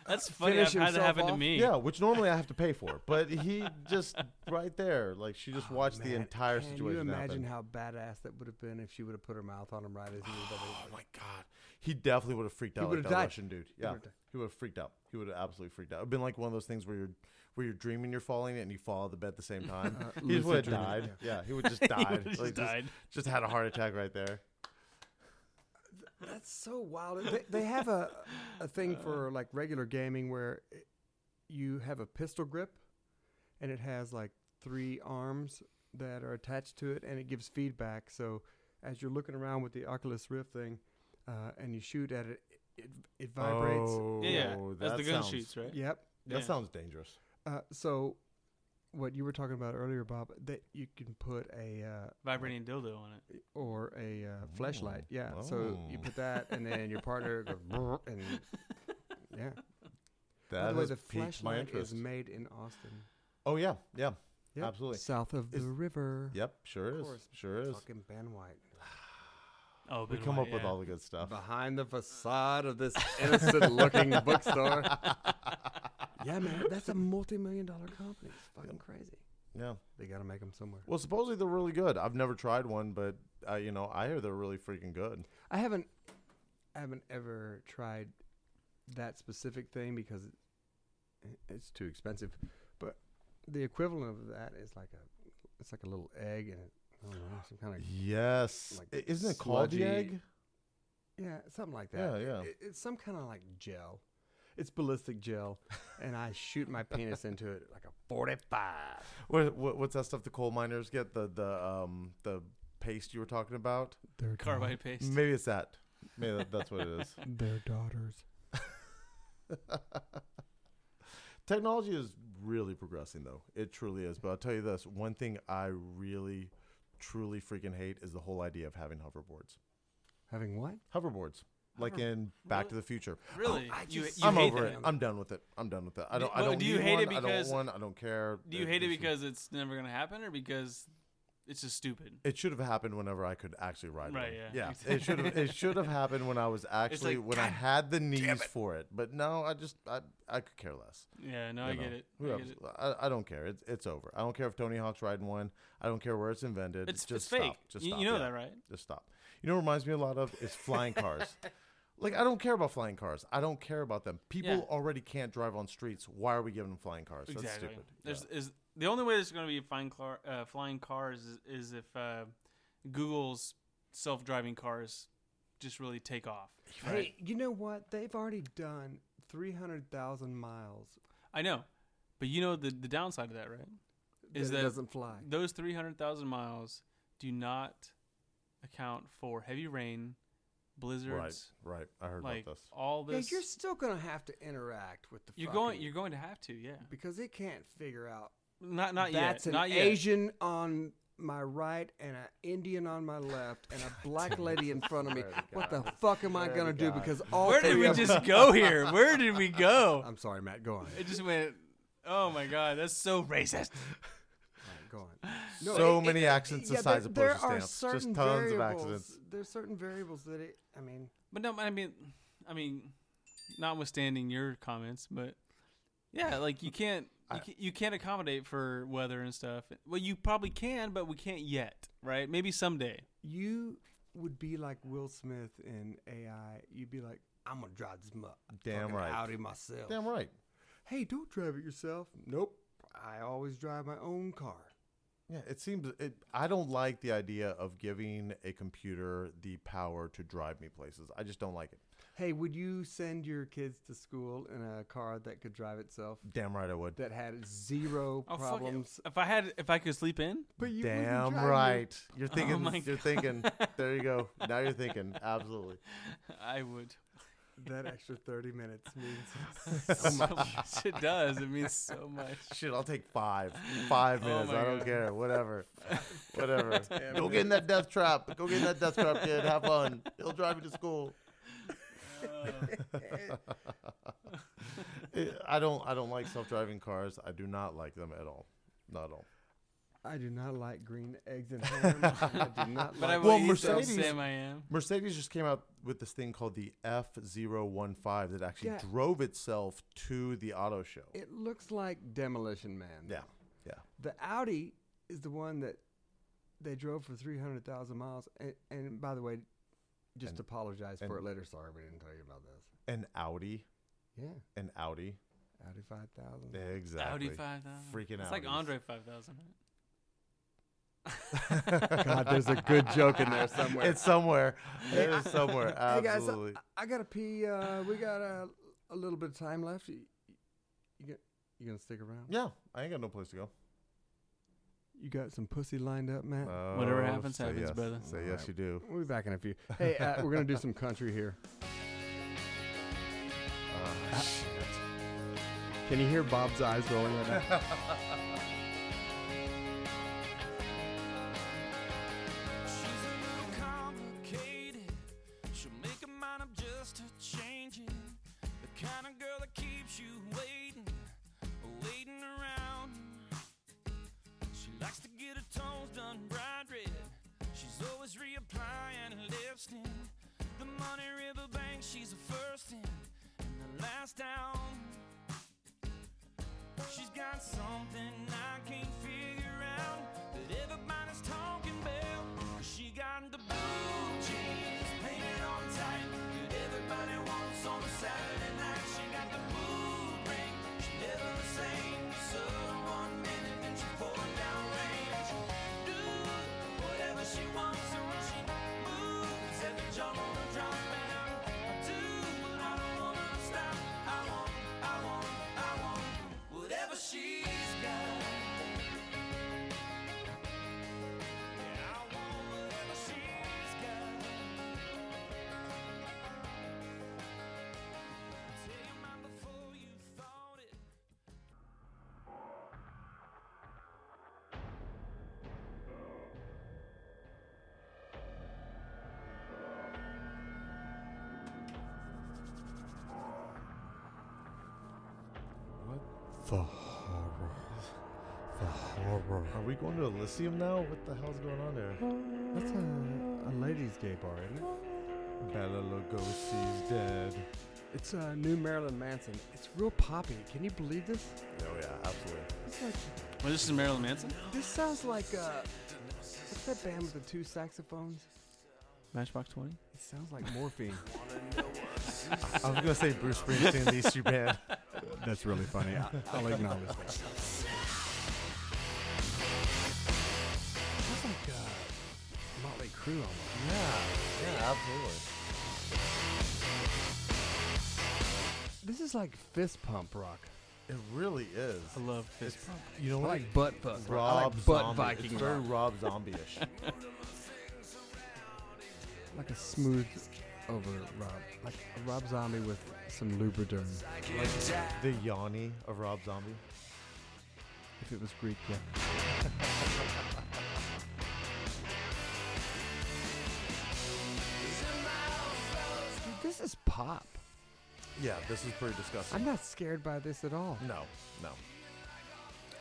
C: That's funny.
A: Finish
C: I've had that
A: yourself
C: happen to
A: off?
C: me.
B: Yeah, which normally I have to pay for, but he just right there, like she just
A: Oh,
B: watched the
A: man,
B: entire
A: can
B: situation.
A: you
B: happen.
A: imagine how badass that would have been if she would have put her mouth on him right as he was
B: Oh my god, he definitely would have freaked out like
A: would've
B: that
A: died.
B: Russian dude. Yeah,
A: would've died.
B: he would have freaked out. He would have absolutely freaked out. It'd been like one of those things where you're where you're dreaming you're falling and you fall out of the bed at the same time.
A: Uh,
B: he just
A: lucid
B: would have
A: dreaming,
B: died. Yeah. he would just died.
C: would've just
B: Like,
C: died.
B: Just had a heart attack right there.
A: That's so wild. They, they have a a thing
B: Uh.
A: for like regular gaming where it, you have a pistol grip, and it has like three arms that are attached to it, and it gives feedback. So as you're looking around with the Oculus Rift thing, uh, and you shoot at it, it, it vibrates.
B: Oh,
C: Yeah, as
B: that
C: the gun
B: sounds-
C: shoots, right?
A: Yep.
B: That
C: Yeah.
B: sounds dangerous.
A: Uh, so what you were talking about earlier, Bob, that you can put a uh,
C: Vibrating dildo on it.
A: or a uh, flashlight. Yeah. So you
B: Oh.
A: put that, and then your partner goes brrr, and yeah.
B: That
A: By the way,
B: has
A: the
B: piqued my
A: flashlight is
B: interest.
A: made in Austin,
B: oh yeah, yeah,
A: Yep.
B: absolutely.
A: south of
B: Is-
A: the river.
B: Yep, sure
A: Of
B: is.
A: course.
B: Sure is.
A: Fucking Ben White.
C: Oh,
B: We
C: Ben
B: come
C: White,
B: up with
C: yeah.
B: all the good stuff.
A: Behind the facade of this innocent-looking bookstore. yeah, man, that's a multi-million-dollar company. It's fucking crazy.
B: Yeah.
A: They gotta make them somewhere.
B: Well, supposedly they're really good. I've never tried one, but uh, you know, I hear they're really freaking good.
A: I haven't. I haven't ever tried that specific thing because it- it's too expensive. But the equivalent of that is like a it's like a little egg and it, I don't know, some kind of
B: Yes.
A: like
B: I- Isn't it called the
A: sludgy-
B: egg?
A: yeah, something like that.
B: Yeah, yeah.
A: It- it's some kind of like gel. It's ballistic gel, and I shoot my penis into it like a forty-five.
B: What, what, what's that stuff the coal miners get? The the um the paste you were talking about?
A: Their
C: Carbide paste.
B: Maybe it's that. Maybe that, that's what it is.
A: their daughters.
B: Technology is really progressing, though. It truly is. But I'll tell you this one thing I really, truly freaking hate is the whole idea of having hoverboards.
A: Having what?
B: Hoverboards, like
C: Hover-
B: in Back to
C: really?
B: the Future.
C: Really?
A: I
C: you,
A: just-
C: you
B: Mm-hmm. I'm
C: hate
B: over
C: that.
B: it. I'm done with it. I'm done with it. I
C: Do-
B: don't. I
C: well,
B: don't
C: do you
B: need
C: hate it
B: one. I
C: because-
B: don't want. I don't care.
C: Do you hate it
B: it's-
C: because it's never gonna happen, or because it's just stupid?
B: It should have happened whenever I could actually ride
C: Right,
B: one.
C: yeah.
B: it should have. It should have happened when I was actually
C: like,
B: when I
C: "God
B: had the knees for it. But no, I just I I could care less.
C: Yeah, no, I
B: you
C: get
B: know.
C: it.
B: Who
C: I
B: else-
C: get it.
B: I, I don't care. It's it's over. I don't care if Tony Hawk's riding one. I don't care where it's invented.
C: It's,
B: just
C: it's fake.
B: Stop. Just
C: you,
B: stop.
C: you know
B: Yeah.
C: that, right?
B: Just stop. You know, what reminds me a lot of is flying cars. like I don't care about flying cars. I don't care about them. People
C: Yeah.
B: already can't drive on streets. Why are we giving them flying cars? That's
C: exactly.
B: stupid.
C: There's is the only way there's going to be flying car uh, flying cars is, is if uh, Google's self driving cars just really take off.
A: Hey, you know what? They've already done three hundred thousand miles.
C: I know, but you know the the downside of that, right?
A: Is
C: Is
A: that it
C: that-
A: doesn't fly?
C: Those three hundred thousand miles do not account for heavy rain,
B: yeah. right,
C: blizzards,
B: right. I heard
C: like oh.
B: about this.
C: all
A: Yeah,
C: this.
A: you're still gonna have to interact with the.
C: you're
A: fucking-
C: going. You're going to have to. Yeah.
A: because it can't figure out.
C: Not not
A: That's
C: yet.
A: an
C: not yet.
A: Asian on my right and an Indian on my left and a black lady in front of me.
B: Swear to
A: What the
B: God.
A: fuck am I
B: Swear
A: gonna
B: to
A: do?
B: God.
A: Because all
C: Where did
A: three
C: we
A: of 'em-
C: just go here? Where did we go?
A: I'm sorry, Matt. Go on.
C: It just went. Oh my god, that's so racist.
A: All right, go on.
B: so
A: it-
B: many
A: it-
B: accidents the size of postage
A: are
B: stamps. Just
A: certain
B: tons of
A: variables-
B: accidents.
A: There's certain variables that it. I mean,
C: But no, I mean, I mean, notwithstanding your comments, but yeah, like you can't,
B: I-
C: you, can, you can't accommodate for weather and stuff. Well, you probably can, but we can't yet, right? Maybe someday.
A: you would be like Will Smith in AI. You'd be like, I'm gonna drive this muck.
B: Damn right.
A: Audi myself.
B: Damn right.
A: Hey, don't drive it yourself. Nope. I always drive my own car.
B: Yeah, it seems it, I don't like the idea of giving a computer the power to drive me places. I just don't like it.
A: Hey, would you send your kids to school in a car that could drive itself?
B: Damn right I would.
A: That had zero
C: Oh, fuck it.
A: problems.
C: If I had, if I could sleep in,
A: But you wouldn't
B: Damn
A: drive your-
B: right. You're thinking
C: Oh my
B: you're thinking there you go. Now you're thinking absolutely.
C: I would.
A: That extra thirty minutes means
C: So much. it does. It means so much.
B: Shit, I'll take 5. 5
C: Oh
B: minutes.
C: my
B: I don't
C: God.
B: care. Whatever. Whatever.
A: Damn
B: Go
A: it.
B: get in that death trap. Go get in that death trap, kid. Have fun. He'll drive you to school. I don't I don't like self-driving cars. I do not like them at all. Not at all.
A: I do not like green eggs and ham. I do not
C: But I
A: like
C: will
B: Well,
C: eat
B: Mercedes-
C: them, Sam. I am.
B: Mercedes just came out with this thing called the F015 that actually
A: Yeah.
B: drove itself to the auto show.
A: It looks like Demolition Man.
B: yeah.
A: The Audi is the one that they drove for 300,000 miles. And, and by the way, just
B: And-
A: apologize
B: and-
A: for it later. Sorry, we didn't tell you about this.
B: An Audi.
A: Yeah,
B: An Audi.
A: Audi 5000.
B: Exactly.
C: Audi five thousand.
B: Freaking
C: It's like
B: Audis.
C: Andre five thousand.
A: God, there's a good joke in there somewhere.
B: It's somewhere. It is somewhere.
A: Hey, guys, uh,
B: Absolutely.
A: I, I gotta pee. Uh, we got a, a little bit of time left. You, you, get- you gonna stick around?
B: yeah. I ain't got no place to go.
A: You got some pussy lined up, Matt?
C: Whatever
B: Oh,
C: happens,
B: say
C: happens,
B: yes.
C: brother.
B: Say yes, you do.
A: We'll be back in a few. Hey, uh, we're gonna do some country here.
B: Uh,
A: Can you hear Bob's eyes rolling right now?
D: She's a little complicated. She'll make her mind up just to change it. The kind of girl that keeps you waiting, waiting around. She likes to get her toes done bright red. She's always reapplying her lipstick. The Money River Bank, she's the first in and the last down. She's got something I can't figure out that everybody's talking about. She got the blue jeans painted on tight. Could
A: The horror. The horror.
B: Are we going to Elysium now? What the hell's going on there?
A: That's a, a ladies' gay bar, isn't it?
B: Bella Lugosi's dead.
A: It's uh, new Marilyn Manson. It's real poppy. Can you believe this?
B: Oh yeah, absolutely.
A: It's like,
C: Well, this is Marilyn Manson.
A: this sounds like uh, what's that band with the two saxophones?
C: Matchbox Twenty.
A: It sounds like morphine.
B: I was gonna say Bruce Springsteen, the Easter Band.
A: That's really funny. I, I'll acknowledge that. That's like uh, Motley Crue almost.
B: Yeah, yeah, absolutely.
A: This is like fist pump rock.
B: It really is.
C: I love
B: It's,
C: fist.
B: you know
A: I
B: what?
A: like butt fuck. rock.
B: Rob
A: I like butt
B: Zombie.
A: Viking
B: It's very
A: rock.
B: Rob Zombie-ish.
A: Like a smooth over Rob. Like a Rob Zombie with some Lubriderm.
B: the Yanni of Rob Zombie.
A: If it was Greek, yeah. Dude, this is pop.
B: Yeah, this is pretty disgusting.
A: I'm not scared by this at all.
B: No, no.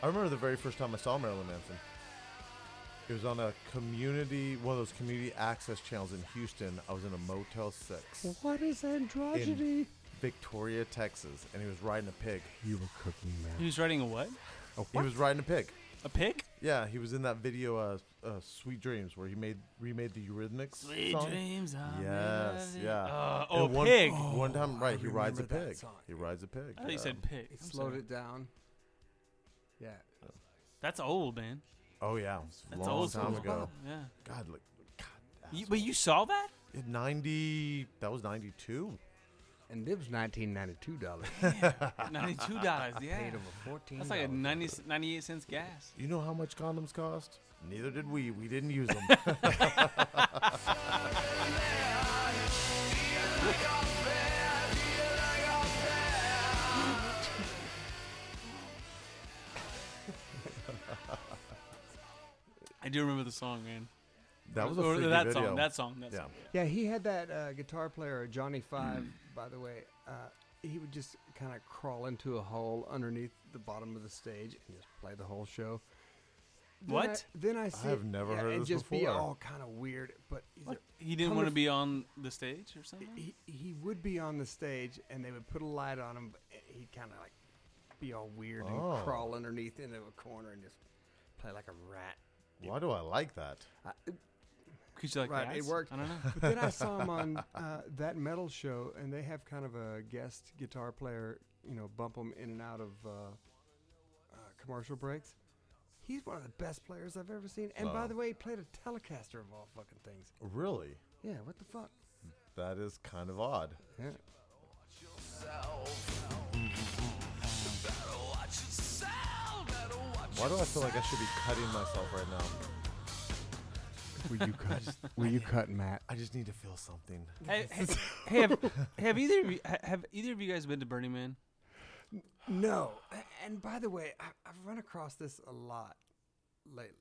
B: I remember the very first time I saw Marilyn Manson. It was on a community, one of those community access channels in Houston. I was in a Motel 6,
A: What is androgyny?
B: Victoria, Texas, and he was riding a pig.
A: You were cooking,
C: He
A: man.
C: was riding a what?
A: Oh,
B: He was riding a pig.
C: A pick?
B: Yeah, he was in that video, uh, uh, "Sweet Dreams," where he made remade the Eurythmics song.
C: dreams.
B: Yes, yeah.
C: Uh,
B: And
C: oh,
B: one,
C: pig.
B: One time,
A: Oh, I
B: right? He rides a
A: remember that
B: pig.
A: song.
B: He rides a pig.
C: I thought you
B: yeah.
C: said pig.
A: It
C: I'm
A: slowed
C: sorry.
A: it down. Yeah.
C: That's old, man.
B: Oh yeah, it was a
C: That's
B: long
C: old
B: time
C: school.
B: ago.
C: Yeah.
B: God, look, God.
C: You, but you saw that?
B: In 90 that was 92
A: And it was $1992. dollars.
C: Ninety-two dollars. Yeah.
A: Paid over 14
C: That's like a 90, 98 cents gas.
B: you know how much condoms cost neither did we we didn't use them
C: I do remember the song, man.
B: that was a
C: Or
B: freaky
C: that
B: video
C: song. That song. That
B: yeah
C: song.
A: Yeah, he had that uh, guitar player, Johnny Five,
C: Hmm.
A: by the way. Uh, he would just kind of crawl into a hole underneath the bottom of the stage and just play the whole show. Then I-
C: What?
A: then I see.
B: have never heard of
A: and
B: this
A: just be
B: before.
A: all kind of weird. But he's
C: What?
A: a-
C: He didn't
A: Come
C: want to
A: with-
C: be on the stage or something.
A: he, he would be on the stage and they would put a light on him, but he'd kind of like be all weird
B: Oh.
A: and crawl underneath into a corner and just play like a rat.
B: why do i like that
A: I,
C: Could you like
A: Right, it
C: rats?
A: worked.
C: I don't know.
A: But then I saw him on uh, that metal show, and they have kind of a guest guitar player, you know, bump him in and out of uh, uh, commercial breaks. He's one of the best players I've ever seen. And by
B: Wow.
A: the way, he played a Telecaster of all fucking things.
B: really
A: Yeah, what the fuck?
B: that is kind of odd
A: Yeah.
B: why do i feel like i should be cutting myself right now
A: Will you cut? will you cut, Matt?
B: i just need to feel something
C: Hey, hey, hey, have, have either of you, ha- have either of you guys been to Burning Man?
A: No. A- And by the way, I, I've run across this a lot lately.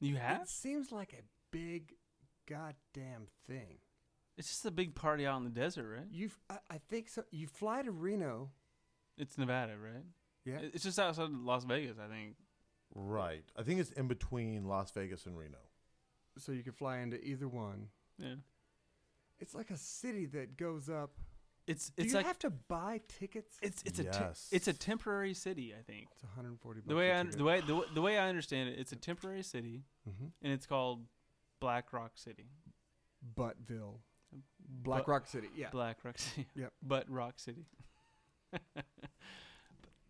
C: You have?
A: It seems like a big goddamn thing.
C: It's just a big party out in the desert, right?
A: You, I, I think so. You fly to Reno.
C: It's Nevada, right?
A: Yeah.
C: It- It's just outside Las Vegas, I think.
B: right i think it's in between las vegas and reno
A: so you can fly into either one.
C: Yeah.
A: It's like a city that goes up.
C: It's
A: Do
C: it's
A: you
C: like
A: have to buy tickets?
C: it's it's a te-
B: Yes.
C: it's a temporary city, I think.
A: It's 140 bucks.
C: The way I the way the, w- the way I understand it, it's a temporary city,
A: mm-hmm.
C: and it's called Black Rock City.
A: Buttville, Black
C: But-
A: Rock City. Yeah,
C: Black Rock City.
A: Yep.
C: But Rock City.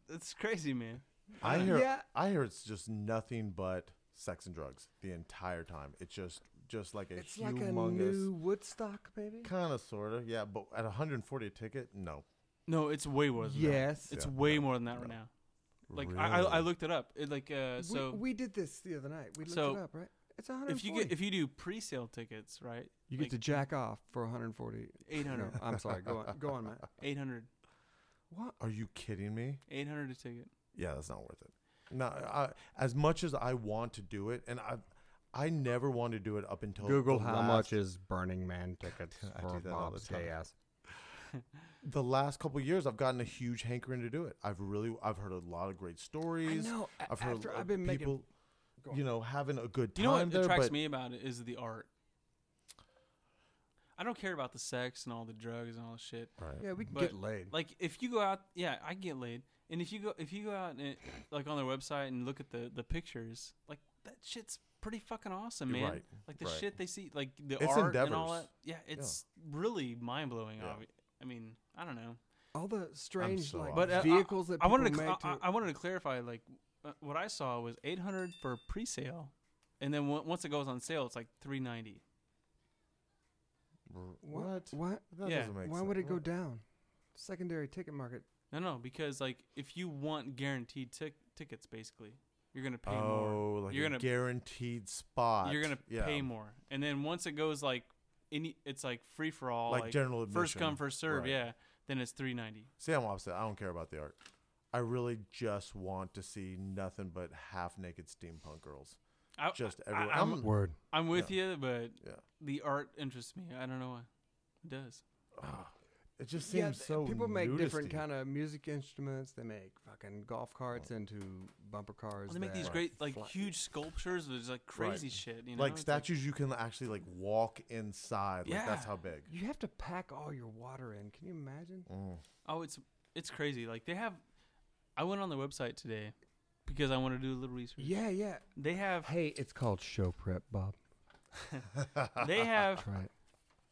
C: That's crazy, man. Uh,
B: i hear
A: Yeah.
B: i hear it's just nothing but sex and drugs the entire time it's just just like a
A: it's like a
B: humongous
A: new Woodstock, maybe.
B: kind of sort of yeah but at 140 a ticket no
C: No, it's way more than that.
A: Yes,
C: It's
B: Yeah,
C: way
B: no,
C: more than that right
B: no.
C: now. Like I, I I
B: Really?
C: looked it up. It like uh
A: we,
C: so
A: we did this the other night. We looked
C: so
A: it up, right? It's 140.
C: if you get if you do pre-sale tickets, right?
A: you get
C: like
A: to jack off for 140.
C: eight
A: No,
C: hundred.
A: I'm sorry. Go on, go on, Matt.
C: 800
A: What?
B: Are you kidding me?
C: 800 a ticket.
B: Yeah, that's not worth it. No, I, as much as I want to do it, and I, I never want to do it up until the last-
A: Burning Man tickets
B: I do that all the time. the last couple years, I've gotten a huge hankering to do it. I've really, I've heard a lot of great stories.
A: I know. a-
B: I've heard
A: after
B: of
A: I've been making
B: people,
A: Go on.
B: you know, having a good time
C: You know what
B: there.
C: attracts
B: but
C: me about it is the art. I don't care about the sex and all the drugs and all the shit.
B: Right.
A: yeah, we can
C: But-
A: get laid.
C: Like if you go out, yeah, I get laid. And if you go, if you go out and like on their website and look at the the pictures, like that shit's pretty fucking awesome,
B: You're
C: man.
B: right,
C: Like the
B: right.
C: shit they see, like the
B: It's
C: art and all
B: endeavors.
C: that. Yeah, it's really mind blowing.
B: Yeah.
C: I mean, I don't know.
A: All the strange
B: so
A: like
B: But,
C: uh, I-
A: vehicles that
C: I
A: people
C: wanted to,
A: make.
C: cl-
A: to,
C: I, I- I wanted to clarify. Like uh, what I saw was 800 for pre-sale, and then on- once it goes on sale, it's like 390.
B: R-
A: Wha-
B: What?
A: What?
B: That
C: Yeah.
B: doesn't make
A: Why
B: sense.
A: would it go
B: What?
A: down? Secondary ticket market.
C: No, no, because like if you want guaranteed tic- tickets, basically, you're gonna pay more.
B: Oh, like
C: You're
B: a
C: gonna-
B: guaranteed spot.
C: You're gonna
B: Yeah.
C: pay more, and then once it goes like any, it's like free for all,
B: Like general
C: first come
B: admission.
C: first serve.
B: Right.
C: Yeah, then it's three ninety.
B: See, I'm opposite. I don't care about the art. I really just want to see nothing but half naked steampunk girls.
C: I,
B: Just
C: I-
B: everywhere.
C: I'm,
B: I'm-
A: Word.
C: I'm with you, but
B: Yeah.
C: the art interests me. I don't know why. It does.
B: Ah, it just seems
A: Yeah, th-
B: so.
A: people make different
B: nudisty.
A: kind of music instruments. They make fucking golf carts into bumper cars.
C: Well, they make these
A: that
C: great like
A: fly-
C: huge sculptures. There's like crazy shit. You know,
B: like
C: It's, like,
B: statues you can actually like walk inside. Like that's
C: Yeah.
B: how big.
A: You have to pack all your water in. Can you imagine?
B: Mm.
C: Oh, it's it's crazy. Like they have. I went on the website today because I want to do a little research.
A: Yeah, yeah.
C: They have
A: Hey, it's called show prep, Bob.
C: they have
A: Right.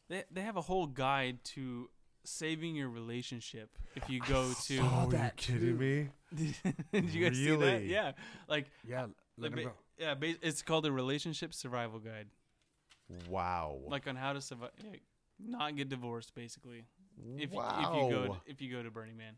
C: they, they have a whole guide to saving your relationship if you go to
A: saw
B: Oh,
A: that
B: you kidding
A: too.
B: me?
C: did you guys see that
B: Really?
C: yeah like
A: Yeah.
C: like
A: Let me
C: ba-
A: go.
C: yeah ba- it's called a relationship survival guide
B: Wow.
C: like on how to survive yeah, not get divorced basically if,
B: wow.
C: if you go to, if you go to Burning Man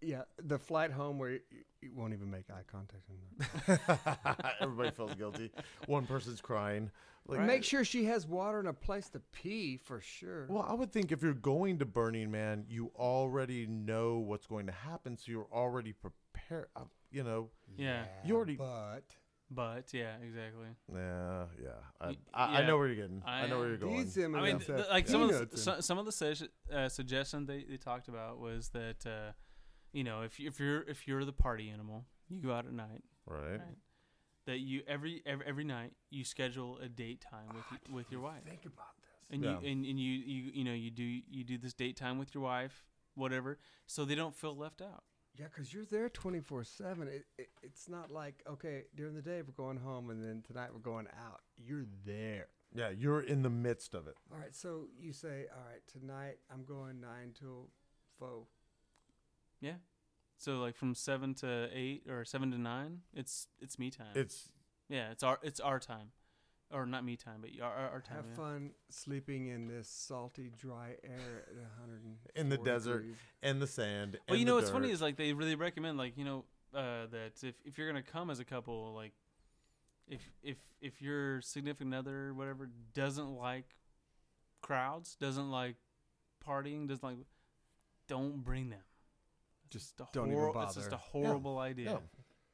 A: Yeah, the flight home where you, you won't even make eye contact. Anymore.
B: Everybody feels guilty. One person's crying. Like,
A: Make sure she has water and a place to pee for sure.
B: Well, I would think if you're going to Burning Man, you already know what's going to happen, so you're already prepared. Uh, you know,
C: yeah,
B: you already.
A: But
C: but yeah exactly
B: Yeah, yeah. I,
C: Y-
B: I, I
C: yeah.
B: know where you're getting. I, know
C: I-
B: where you're going.
A: these M&Ms
C: I mean,
A: have
C: th- like some of the,
A: peanuts in
C: so, some of the sug- uh, suggestions they, they talked about was that uh, you know if you- if you're if you're the party animal, you go out at night.
B: right.
C: Right. That you every every, every night you schedule a date time with y- with your wife,
A: it. Think about this.
C: and
B: Yeah.
C: you and, and you, you you know you do you do this date time with your wife, whatever, so they don't feel left out.
A: Yeah, because you're there 24 7. It, it, it's not like, okay, during the day we're going home and then tonight we're going out. You're there.
B: Yeah, you're in the midst of it.
A: All right, so you say, all right, tonight I'm going 9 till 4.
C: Yeah. So like from seven to eight or seven to nine, it's it's me time.
B: It's
C: yeah, it's our it's our time, or not me time, but y- our our, our time.
A: Have
C: yeah.
A: fun sleeping in this salty, dry air at 100
B: in the desert and the sand.
C: Well,
B: and
C: you know
B: the
C: what's funny
B: dirt.
C: is like they really recommend like you know uh, that if if you're gonna come as a couple, like if if if your significant other whatever doesn't like crowds, doesn't like partying, doesn't like, don't bring them. It's
A: Just
C: just a
A: don't even
C: horrible. It's just
A: bother.
C: a horrible idea.
B: Yeah.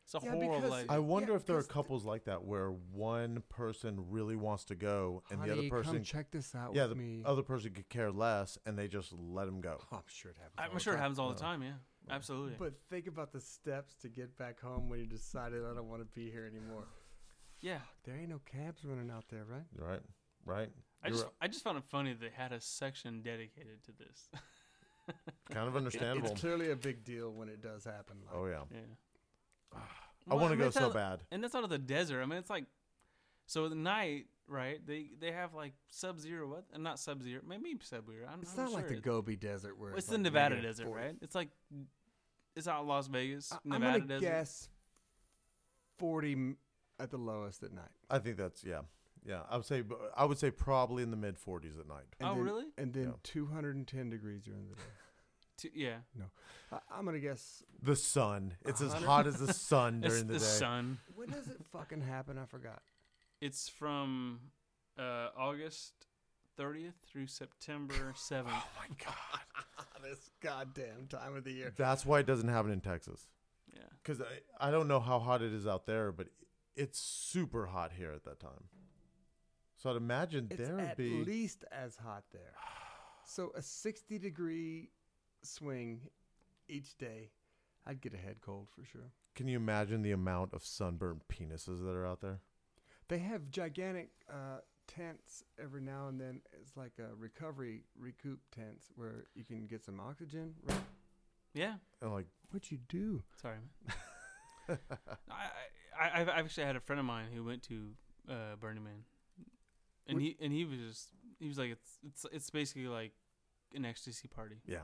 C: It's a
A: Yeah, because-
C: horrible idea.
B: I wonder
A: Yeah,
B: if there are
A: 'cause th-
B: couples like that where one person really wants to go and
A: Honey,
B: the other person,
A: come check this out
B: yeah,
A: with
B: the Oh.
A: me.
B: other person could care less, and they just let him go.
A: Oh, I'm sure it happens. all
C: I'm
A: the
C: sure it
A: time.
C: happens all the time. Yeah, absolutely.
A: But think about the steps to get back home when you decided I don't want to be here anymore.
C: yeah,
A: There ain't no cabs running out there, right?
B: Right, right.
C: I
B: You're
C: just I just found it funny they had a section dedicated to this.
B: kind of understandable.
A: It's clearly a big deal when it does happen. Like,
B: oh yeah,
C: yeah.
B: I
C: Well,
B: want to
C: mean,
B: go
C: it's
B: so
C: not-
B: bad.
C: and that's out of the desert. I mean, it's like so at night, right? They they have like sub zero, what? And not sub zero, maybe sub zero. I'm
A: it's
C: I'm
A: not like
C: sure
A: the
C: it-
A: Gobi Desert where
C: Well, It's
A: it's
C: the
A: like
C: Nevada
A: negative
C: desert,
A: 40.
C: right? It's like it's out in Las Vegas,
A: I-
C: Nevada
A: I'm gonna
C: desert.
A: guess forty m- at the lowest at night.
B: I think that's yeah, yeah. I would say b- I would say probably in the mid 40s at night.
A: And
C: Oh,
A: then,
C: really?
A: And then
B: Yeah.
A: 210 degrees during the day.
C: T- yeah,
A: I, I'm gonna guess.
B: The sun. It's as
C: 100
B: hot as the sun
C: it's
B: during
C: the,
B: the, day.
C: sun.
A: When does it fucking happen? I forgot.
C: It's from uh, August 30th through September 7th.
A: Oh my god! this goddamn time of the year.
B: That's why it doesn't happen in Texas.
C: yeah,
B: Because I, I don't know how hot it is out there, but it's super hot here at that time. So I'd imagine
A: It's
B: there would
A: at
B: be.
A: least as hot there. So a 60 degree swing each day, I'd get a head cold for sure.
B: Can you imagine the amount of sunburned penises that are out there?
A: They have gigantic uh, tents every now and then. It's like a recovery recoup tents where you can get some oxygen. Right?
C: Yeah.
B: And like,
A: What'd you do?
C: Sorry, man. I, I I've I've actually had a friend of mine who went to uh, Burning Man, and
A: Wh-
C: he and he was just he was like it's it's it's basically like an ecstasy party.
B: yeah.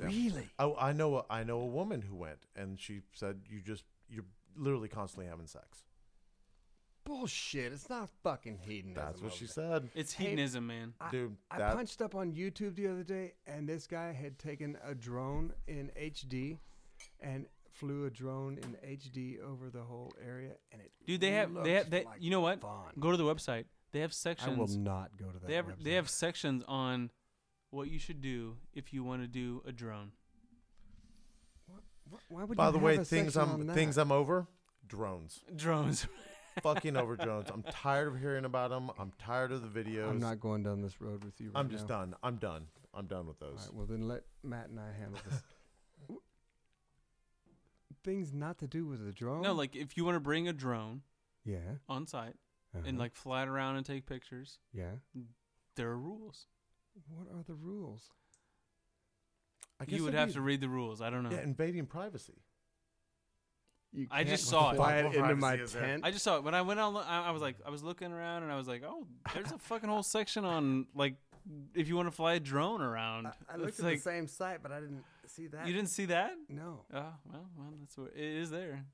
B: Yeah.
A: Really?
B: Oh, I know. A, I know a woman who went, and she said, "You just you're literally constantly having sex."
A: Bullshit. It's not fucking hedonism.
B: That's what she
A: over
B: said,
C: It's
A: Hey,
C: hedonism, man.
A: I-
B: dude.
A: I
B: that,
A: punched up on YouTube the other day, and this guy had taken a drone in HD, and flew a drone in HD over the whole area, and it
C: Dude, they have they have
A: looked
C: they,
A: like
C: you know what?
A: fun.
C: Go to the website. They have
A: I will
C: sections.
A: not go to that.
C: They have
A: website.
C: they have sections on what you should do if you want to do a drone.
A: Wh- Why would
B: By
A: you
B: the
A: have a
B: way, things
A: section on
B: I'm
A: that?
B: things I'm over. Drones,
C: Drones.
B: fucking over drones. I'm tired of hearing about them. I'm tired of the videos.
A: I'm not going down this road with you. Right
B: I'm just
A: now.
B: done. I'm done. I'm done with
A: All
B: those.
A: right, well then let Matt and I handle this. W- things not to do with the drone.
C: No, like if you want to bring a drone
A: yeah,
C: on site
A: uh-huh,
C: and like fly it around and take pictures,
A: yeah.
C: there are rules.
A: What are the rules?
B: I guess
C: You would
B: that'd
C: have
B: be-
C: to read the rules. I don't know.
B: Yeah, invading privacy.
A: You
C: I just
A: can't
C: saw it.
A: fly
B: What
A: into
B: privacy
A: my
B: is there?
A: tent.
C: I just saw it when I went on. I, I was like, I was looking around and I was like, oh, there's a fucking whole section on like if you want to fly a drone around.
A: I looked
C: It's
A: at
C: like,
A: the same site, but I didn't see that.
C: You didn't see that?
A: No.
C: Oh well, well, that's what it is there.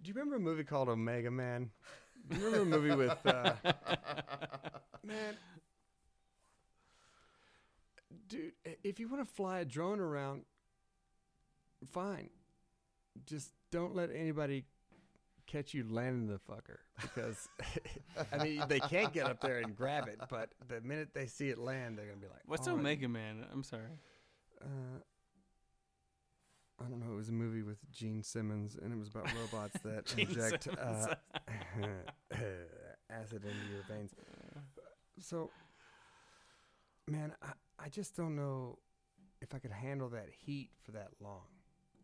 A: Do you remember a movie called Omega Man? Do you remember a movie with uh, man? Dude, i- if you want to fly a drone around, fine. Just don't let anybody catch you landing the fucker because I mean they can't get up there and grab it, but the minute they see it land, they're gonna be like, "Oh
C: What's
A: on it."
C: Omega Man? I'm sorry.
A: uh, I don't know. It was a movie with Gene Simmons, and it was about robots that
C: Gene
A: inject
C: Simmons.
A: uh, acid into your veins. So, man, I, I just don't know if I could handle that heat for that long.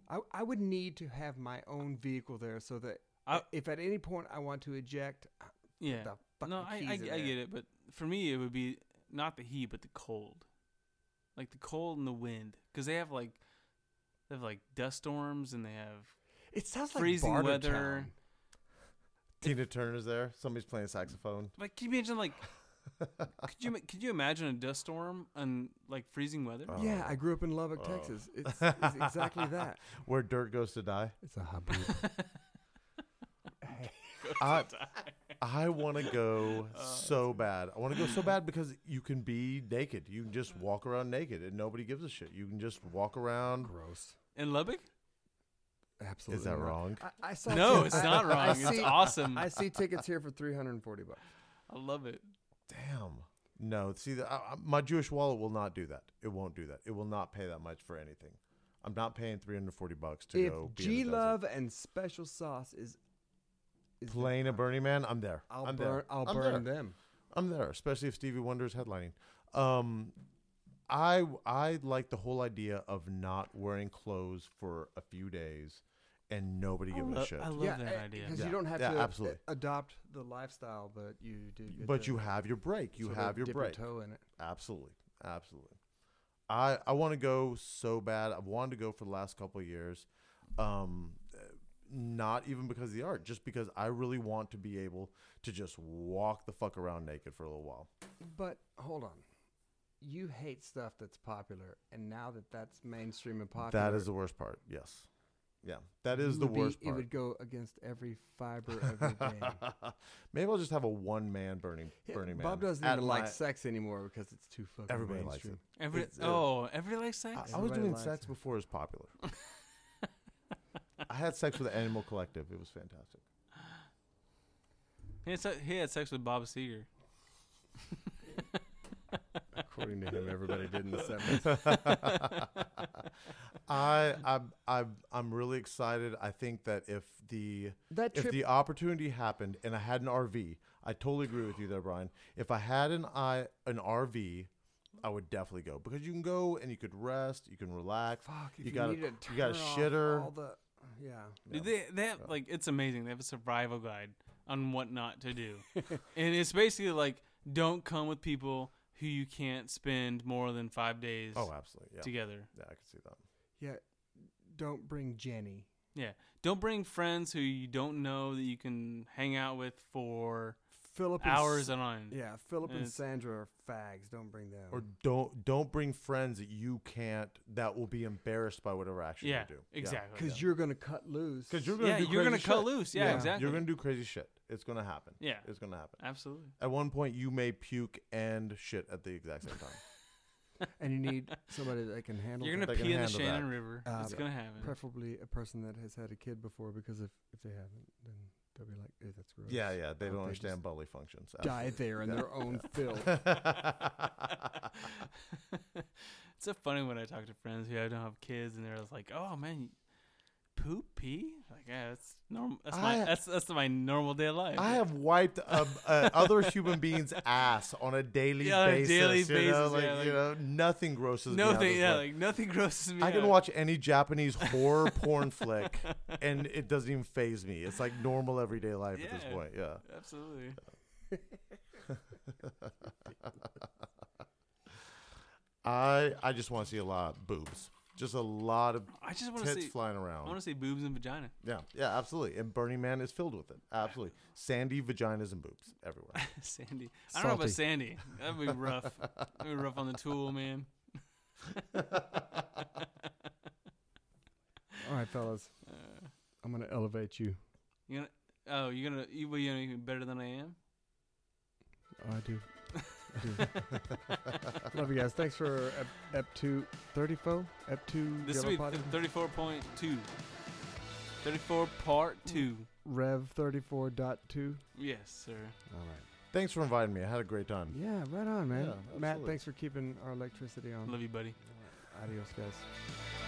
A: I, I would need to have my own vehicle there so that
C: I-
A: if at any point I want to eject, uh,
C: Yeah.
A: the fucking
C: No, I,
A: keys
C: I, I
A: in there.
C: get it, but for me, it would be not the heat, but the cold, like the cold and the wind, because they have like they have like dust storms and they have
A: it sounds like
C: freezing
A: barter
C: weather.
A: town.
B: Tina Turner's there. Somebody's playing saxophone.
C: Like, can you imagine like? could you ma- could you imagine a dust storm and like freezing weather?
A: Yeah, I grew up in Lubbock,
B: Oh.
A: Texas. It's, it's exactly that.
B: Where dirt goes to die.
A: It's a hobby. Uh,
B: I, I want to go
A: Oh,
B: so bad. I want to go so bad because you can be naked. You can just walk around naked and nobody gives a shit. You can just walk around.
A: Gross.
C: In Lubbock?
A: Absolutely.
B: that
A: not.
B: wrong?
A: I, I saw
C: no,
A: tickets-
C: it's
A: I-
C: not
A: I
C: wrong. it's
A: see-
C: awesome.
A: I
C: I,
A: see tickets here for 340 bucks.
C: love it.
B: Damn. No, see, the, I, I- my Jewish wallet will not do that. It won't do that. It will not pay that much for anything. I'm not paying 340 bucks to
A: If
B: go. be in the
A: G
B: desert.
A: Love and Special Sauce is, is the-
B: playing a Burning Man, I'm there.
A: I'll
B: am
A: burn
B: there.
A: I'll
B: I'm there.
A: burn them.
B: I'm there, especially if Stevie Wonder's headlining. Um, I I like the whole idea of not wearing clothes for a few days and nobody giving
C: lo-
B: a shit.
C: Oh, I love that
A: eh,
C: idea.
A: Because
B: Yeah,
A: you don't have
B: yeah,
A: to
B: absolutely.
A: a- adopt the lifestyle, but you do. get
B: but
A: to
B: you have your break. You
A: sort of
B: have your
A: dip
B: break.
A: toe in it.
B: Absolutely. Absolutely. I I want to go so bad. I've wanted to go for the last couple of years. Um uh, not even because of the art, just because I really want to be able to just walk the fuck around naked for a little while.
A: But hold on. You hate stuff that's popular, and now that that's mainstream and popular,
B: That is the worst part. Yes. Yeah. That
A: you
B: is the
A: would be-
B: worst
A: It
B: part.
A: would go against every fiber of your being.
B: Maybe I'll just have a one man Burning
A: Yeah,
B: Burning Man.
A: Bob doesn't
B: at
A: even like
B: my-
A: sex anymore because it's too fucking.
B: Everybody likes it.
A: mainstream.
C: Every
B: It's, uh,
C: oh, every like
B: I,
C: sex.
B: I was
A: Everybody
B: doing
A: likes
B: sex
A: it.
B: before it was popular. I had sex with the Animal Collective. It was fantastic.
C: He had, se- he had sex with Bob Seger.
A: According to him, everybody did in the 70s.
B: I I'm I'm I'm really excited. I think that if the
A: That
B: if
A: trip-
B: the opportunity happened and I had an RV, I totally agree with you there, Brian. If I had an I an RV, I would definitely go because you can go and you could rest, you can relax.
A: Fuck, if
B: you got a,
A: needed to
B: you got a
A: turn off
B: shitter.
A: All the, yeah.
C: Dude, They, they have, like it's amazing. They have a survival guide on what not to do, and it's basically like don't come with people who you can't spend more than five days
B: oh, absolutely. Yeah.
C: together.
B: Yeah, I can see that.
A: Yeah. Don't bring Jenny.
C: Yeah, don't bring friends who you don't know that you can hang out with for
A: Philip and
C: hours
A: S-
C: on end.
A: yeah, Philip and
C: it's-
A: Sandra are fags. Don't bring them.
B: Or don't don't bring friends that you can't that will be embarrassed by whatever action
C: yeah,
B: you do.
C: exactly.
A: because you're gonna cut loose.
B: Because you're gonna
C: yeah,
B: do
C: you're gonna
B: crazy
C: cut
B: shit.
C: loose. Yeah,
A: Yeah.
C: exactly.
B: You're gonna do crazy shit. It's gonna happen.
C: Yeah.
B: It's gonna happen.
C: absolutely.
B: At one point, you may puke and shit at the exact same time.
A: and you need somebody that can handle.
C: You're gonna
A: that.
B: think I
C: pee
B: can
C: in the
B: handle
C: Shannon
B: that.
C: River.
A: Uh,
C: it's
A: yeah.
C: gonna happen.
A: preferably a person that has had a kid before, because if if they haven't, then they'll be like, "Ew, "That's gross."
B: yeah, yeah. They
A: Or just
B: don't understand bodily functions.
A: Die there in their own filth.
C: it's so funny when I talk to friends who I don't have kids, and they're just like, "Oh man, you poop pee?" Like, yeah, that's normal. That's my
B: I-
C: that's that's my normal day of life.
B: I have wiped a, a other human being's ass on a daily
C: Yeah, on a
B: basis.
C: daily
B: you know,
C: basis,
B: like,
C: yeah,
B: you
C: like-
B: know, nothing grosses me out.
C: nothing.
B: as
C: Yeah,
B: much.
C: like nothing grosses me.
B: I can
C: out.
B: watch any Japanese horror porn flick, and it doesn't even phase me. It's like normal everyday life at this
C: Yeah.
B: point. Yeah.
C: Absolutely.
B: I I just want to see a lot of boobs, just a lot of
C: I just want to
B: tits
C: see.
B: flying
C: I
B: around.
C: want to see boobs and vagina.
B: Yeah, yeah, absolutely. And Burning Man is filled with it. Absolutely. Sandy vaginas and boobs everywhere.
C: Sandy. I don't know about Sandy. That'd be rough. That'd be rough on the tool, man.
A: All right, fellas, I'm gonna elevate you.
C: Uh, You gonna? Oh, you gonna? You well, you gonna be better than I am?
A: Oh, I do. I do. Love you guys. Thanks for ep, ep two thirty four. Ep two.
C: This
A: Yellow
C: will be
A: Pod-
C: th- 34.2. 34 part 2.
A: Rev thirty four dot two.
C: Yes, sir.
A: All right.
B: Thanks for inviting me. I had a great time.
A: Yeah, right on, man.
B: Yeah,
A: Matt,
B: absolutely.
A: thanks for keeping our electricity on.
C: Love you, buddy.
A: Adios, guys.